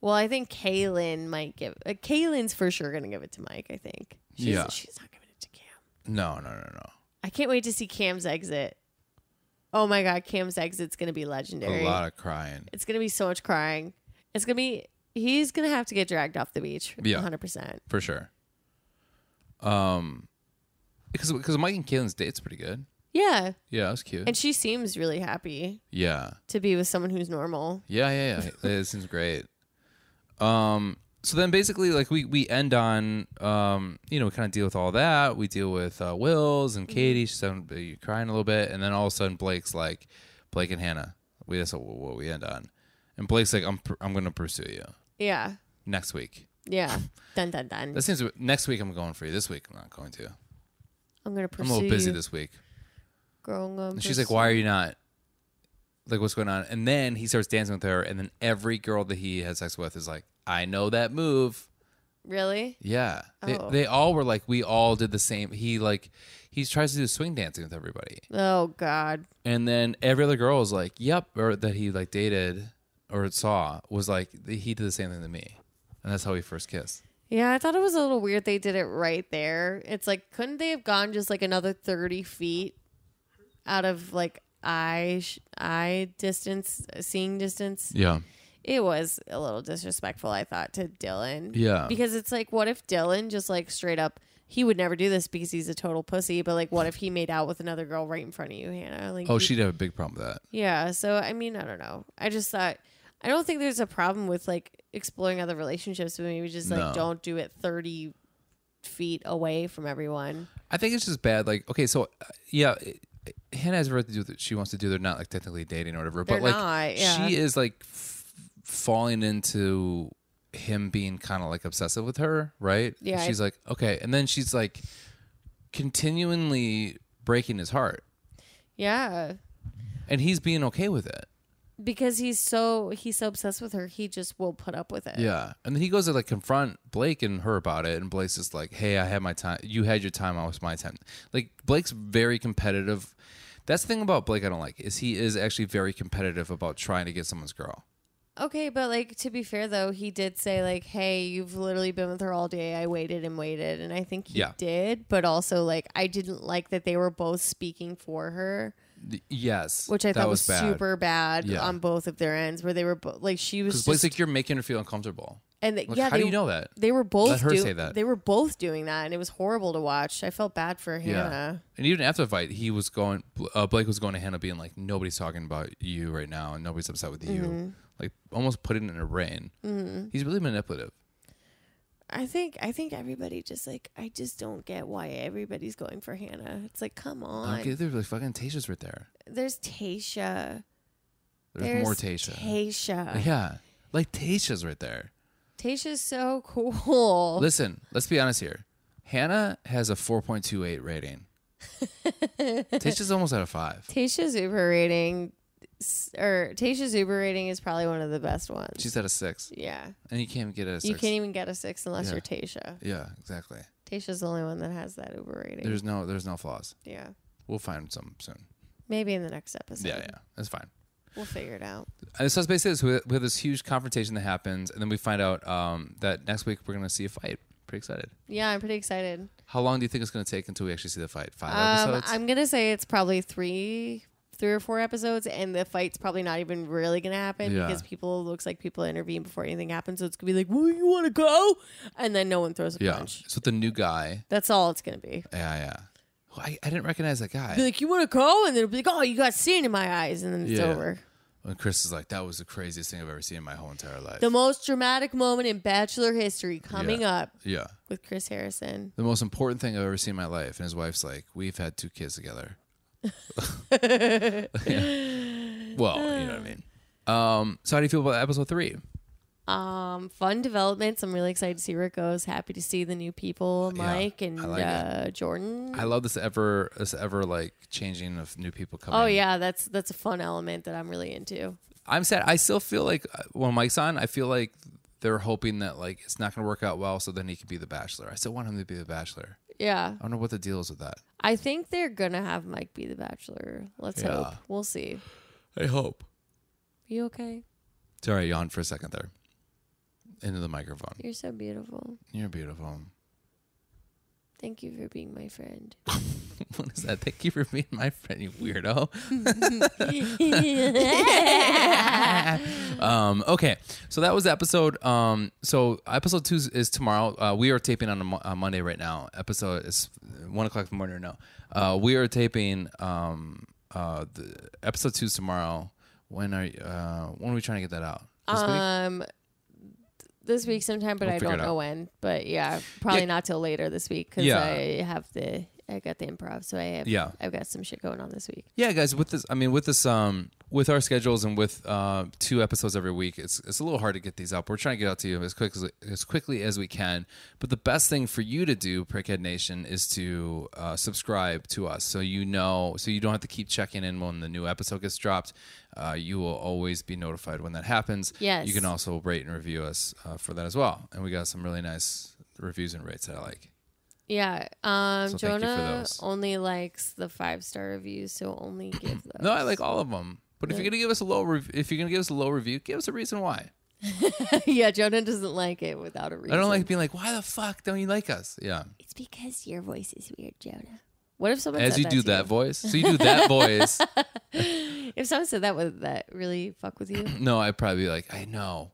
Speaker 2: well, I think Kaylin might give. Uh, Kaylin's for sure gonna give it to Mike. I think. She's,
Speaker 1: Yeah.
Speaker 2: She's not giving it to Cam.
Speaker 1: No, no, no, no.
Speaker 2: I can't wait to see Cam's exit. Oh my god, Cam's exit's gonna be
Speaker 1: A
Speaker 2: legendary.
Speaker 1: lot of crying.
Speaker 2: It's gonna be so much crying. It's gonna be. He's gonna have to get dragged off the beach.
Speaker 1: Yeah.
Speaker 2: hundred percent.
Speaker 1: for sure. Um, because because Mike and Kaylin's date's pretty good.
Speaker 2: Yeah,
Speaker 1: Yeah, that was cute.
Speaker 2: and she seems really happy
Speaker 1: yeah,
Speaker 2: to be with someone who's normal.
Speaker 1: yeah, yeah, yeah. it seems great. Um, so then basically, like we we end on um, you know, we kind of deal with all that. We deal with uh, Will's and Katie. She's having, uh, crying a little bit, and then all of a sudden, Blake's like, Blake and Hannah. We that's what, what we end on, and Blake's like, I'm pr- I'm gonna pursue you
Speaker 2: Yeah,
Speaker 1: next week.
Speaker 2: yeah. dun dun dun.
Speaker 1: That seems next week I'm going for you. This week I'm not going to.
Speaker 2: I'm gonna
Speaker 1: I'm
Speaker 2: pursue.
Speaker 1: a little busy
Speaker 2: you.
Speaker 1: this week.
Speaker 2: girl. I'm gonna
Speaker 1: And she's like,
Speaker 2: pursue-
Speaker 1: "Why are you not? Like, what's going on?" And then he starts dancing with her, and then every girl that he has sex with is like, "I know that move."
Speaker 2: Really?
Speaker 1: Yeah, they,
Speaker 2: Oh.
Speaker 1: they all were like, "We all did the same." He like, he tries to do swing dancing with everybody,
Speaker 2: Oh God.
Speaker 1: and then every other girl is like, "Yep," or that he like dated or saw was like, "He did the same thing to me," and that's how we first kissed.
Speaker 2: Yeah, I thought it was a little weird they did it right there. It's like, couldn't they have gone just like another thirty feet out of like eye sh- eye distance, uh, seeing distance?
Speaker 1: Yeah,
Speaker 2: It was a little disrespectful, I thought, to Dylan.
Speaker 1: Yeah.
Speaker 2: because it's like, what if Dylan just like straight up? He would never do this because he's a total pussy. But like, what if he made out with another girl right in front of you, Hannah? Like,
Speaker 1: Oh,
Speaker 2: you-
Speaker 1: she'd have a big problem with that.
Speaker 2: Yeah. So, I mean, I don't know. I just thought, I don't think there's a problem with like exploring other relationships, but maybe just like
Speaker 1: No.
Speaker 2: don't do it 30 feet away from everyone.
Speaker 1: I think it's just bad. Like, okay, so uh, yeah, it, it- Hannah has everything to do with what she wants to do. They're not like technically dating or whatever,
Speaker 2: They're
Speaker 1: but like
Speaker 2: not, yeah.
Speaker 1: she is like f- falling into him being kind of like obsessive with her, right?
Speaker 2: Yeah, I-
Speaker 1: she's like okay, and then she's like continually breaking his heart,
Speaker 2: Yeah.
Speaker 1: and he's being okay with it.
Speaker 2: Because he's so, he's so obsessed with her, he just will put up with it.
Speaker 1: Yeah, and then he goes to like confront Blake and her about it, and Blake's just like, "Hey, I had my time. You had your time. I was my time." Like Blake's very competitive. That's the thing about Blake I don't like is he is actually very competitive about trying to get someone's girl.
Speaker 2: Okay. But like, to be fair though, he did say, like, hey, you've literally been with her all day. I waited and waited. And I think he
Speaker 1: Yeah.
Speaker 2: did. But also, like, I didn't like that they were both speaking for her.
Speaker 1: Th- Yes,
Speaker 2: which I
Speaker 1: that
Speaker 2: thought was,
Speaker 1: bad.
Speaker 2: super bad
Speaker 1: Yeah.
Speaker 2: on both of their ends, where they were bo- like she was
Speaker 1: Because
Speaker 2: just
Speaker 1: Blake's like, "You're making her feel uncomfortable."
Speaker 2: and they-
Speaker 1: Like,
Speaker 2: yeah,
Speaker 1: how
Speaker 2: they,
Speaker 1: do you know that?
Speaker 2: they were both
Speaker 1: Let her
Speaker 2: do-
Speaker 1: say that.
Speaker 2: they were both doing that, and it was horrible to watch. I felt bad for
Speaker 1: Yeah.
Speaker 2: Hannah.
Speaker 1: And even after the fight, he was going. Uh, Blake was going to Hannah, being like, "Nobody's talking about you right now, and nobody's upset with you."
Speaker 2: Mm-hmm.
Speaker 1: Like almost putting it in her brain. He's really manipulative.
Speaker 2: I think I think everybody just like I just don't get why everybody's going for Hannah. It's like come on,
Speaker 1: Okay, there's like fucking Tasha's right there.
Speaker 2: there's Tasha,
Speaker 1: There's, more Tasha.
Speaker 2: Tasha,
Speaker 1: Yeah. Like Tasha's right there.
Speaker 2: Tasha's so cool.
Speaker 1: Listen, let's be honest here. Hannah has a 4.28 rating. Tasha's almost at a five.
Speaker 2: Tasha's Uber rating, s- or Tasha's Uber rating is probably one of the best ones.
Speaker 1: She's at a six,
Speaker 2: yeah.
Speaker 1: and you can't get a six.
Speaker 2: You can't even get a six unless
Speaker 1: Yeah.
Speaker 2: you're Tasha.
Speaker 1: yeah, exactly.
Speaker 2: Tasha's the only one that has that Uber rating.
Speaker 1: There's no, there's no flaws.
Speaker 2: yeah.
Speaker 1: We'll find some soon.
Speaker 2: Maybe in the next episode.
Speaker 1: Yeah, yeah, that's fine.
Speaker 2: We'll figure it out.
Speaker 1: And so it's basically this, we we have this huge confrontation that happens, and then we find out um, that next week we're gonna see a fight. Pretty excited.
Speaker 2: Yeah, I'm pretty excited.
Speaker 1: How long do you think it's gonna take until we actually see the fight? Five
Speaker 2: Um,
Speaker 1: episodes.
Speaker 2: I'm gonna say it's probably three, three or four episodes, and the fight's probably not even really gonna happen
Speaker 1: Yeah.
Speaker 2: because people looks like people intervene before anything happens. So it's gonna be like, "Well, you want to go?" And then no one throws a
Speaker 1: yeah,
Speaker 2: punch.
Speaker 1: it's with the new guy.
Speaker 2: That's all it's gonna be.
Speaker 1: Yeah, yeah. Who- I, I didn't recognize that guy.
Speaker 2: Be like, "You want to go?" And then it'll be like, "Oh, you got sand in my eyes," and then it's
Speaker 1: Yeah.
Speaker 2: over.
Speaker 1: And Chris is like, that was the craziest thing I've ever seen in my whole entire life.
Speaker 2: The most dramatic moment in Bachelor history coming
Speaker 1: Yeah.
Speaker 2: up
Speaker 1: yeah.
Speaker 2: with Chris Harrison.
Speaker 1: The most important thing I've ever seen in my life. And his wife's like, we've had two kids together. Yeah. Well, you know what I mean. Um, so how do you feel about episode three?
Speaker 2: Um, fun developments. I'm really excited to see where it goes. Happy to see the new people, Mike and
Speaker 1: I like
Speaker 2: uh, Jordan.
Speaker 1: I love this ever this ever like changing of new people coming.
Speaker 2: oh
Speaker 1: in.
Speaker 2: yeah, that's that's a fun element that I'm really into.
Speaker 1: I'm sad. I still feel like uh, when Mike's on, I feel like they're hoping that like it's not going to work out well, so then he can be the bachelor. I still want him to be the bachelor.
Speaker 2: Yeah.
Speaker 1: I don't know what the deal is with that.
Speaker 2: I think they're going to have Mike be the bachelor. Let's
Speaker 1: Yeah.
Speaker 2: hope. We'll see.
Speaker 1: I hope.
Speaker 2: You okay?
Speaker 1: Sorry, I yawned for a second there. Into the microphone.
Speaker 2: You're so beautiful.
Speaker 1: You're beautiful.
Speaker 2: Thank you for being my friend.
Speaker 1: What is that? Thank you for being my friend, you weirdo. um, okay, so that was episode. Um, so episode two is- is tomorrow. Uh, we are taping on a, Mo- on Monday right now. Episode is one o'clock in the morning. No, uh, we are taping. Um, uh, the episode two is tomorrow. When are you- uh, when are we trying to get that out? This week?
Speaker 2: um this week sometime, but
Speaker 1: We'll
Speaker 2: I
Speaker 1: figure
Speaker 2: don't
Speaker 1: it out.
Speaker 2: know when. But yeah, probably
Speaker 1: Yeah.
Speaker 2: not till later this week because
Speaker 1: Yeah.
Speaker 2: I have the I got the improv, so I have
Speaker 1: Yeah.
Speaker 2: I've got some shit going on this week.
Speaker 1: Yeah, guys, with this, I mean, with this, um, with our schedules and with uh, two episodes every week, it's it's a little hard to get these up. We're trying to get out to you as quick as, as quickly as we can. But the best thing for you to do, Prickhead Nation, is to uh, subscribe to us, so you know, so you don't have to keep checking in when the new episode gets dropped. Uh, you will always be notified when that happens.
Speaker 2: Yes.
Speaker 1: You can also rate and review us uh, for that as well. And we got some really nice reviews and rates that I like.
Speaker 2: Yeah, um,
Speaker 1: So thank you for
Speaker 2: Jonah
Speaker 1: those.
Speaker 2: only likes the five star reviews, so only give those.
Speaker 1: No, I like all of them. But if you're gonna give us a low, rev- if you're gonna give us a low review, give us a reason why.
Speaker 2: yeah, Jonah doesn't like it without a
Speaker 1: I
Speaker 2: reason.
Speaker 1: don't like being like, why the fuck don't you like us? Yeah.
Speaker 2: It's because your voice is weird, Jonah. What if someone
Speaker 1: As
Speaker 2: said
Speaker 1: you
Speaker 2: that
Speaker 1: do
Speaker 2: to
Speaker 1: that voice, so you do that voice.
Speaker 2: If someone said that, would that really fuck with you?
Speaker 1: No, I'd probably be like, I know.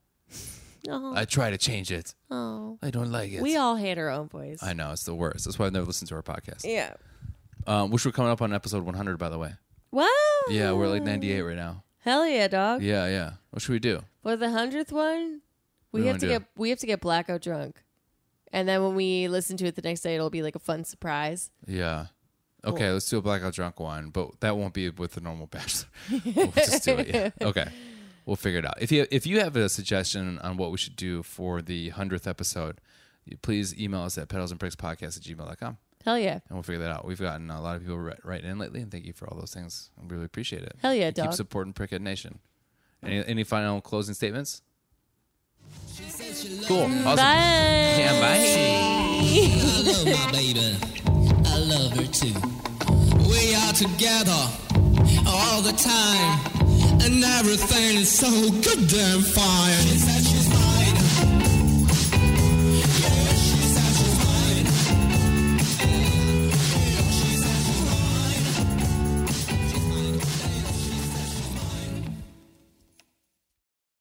Speaker 2: No.
Speaker 1: I try to change it.
Speaker 2: Oh.
Speaker 1: I don't like it.
Speaker 2: We all hate our own voice.
Speaker 1: I know it's the worst. That's why I've never listened to our podcast.
Speaker 2: yeah.
Speaker 1: Um, which we're coming up on episode 100, by the way.
Speaker 2: Wow.
Speaker 1: Yeah, we're like 98 right now.
Speaker 2: Hell yeah, dog.
Speaker 1: Yeah, yeah. What should we do?
Speaker 2: For the hundredth one,
Speaker 1: What do
Speaker 2: we
Speaker 1: you
Speaker 2: have to
Speaker 1: wanna do?
Speaker 2: get we have to get blackout drunk, and then when we listen to it the next day, it'll be like a fun surprise.
Speaker 1: Yeah. Okay, let's do a blackout drunk one, but that won't be with the normal bachelor. we'll just do it. Yeah. Okay. We'll figure it out. If you if you have a suggestion on what we should do for the hundredth episode, you- please email us at pedals and pricks podcast at gmail.com
Speaker 2: Hell yeah.
Speaker 1: and we'll figure that out. We've gotten a lot of people ri- writing in lately and thank you for all those things. I really appreciate it.
Speaker 2: Hell yeah,
Speaker 1: You Keep
Speaker 2: dog.
Speaker 1: supporting Prickhead Nation. Any any final closing statements? Cool. Awesome.
Speaker 2: Bye.
Speaker 1: Yeah, bye.
Speaker 4: I love my baby. I love her too. We are together all the time, and everything is so goddamn fine.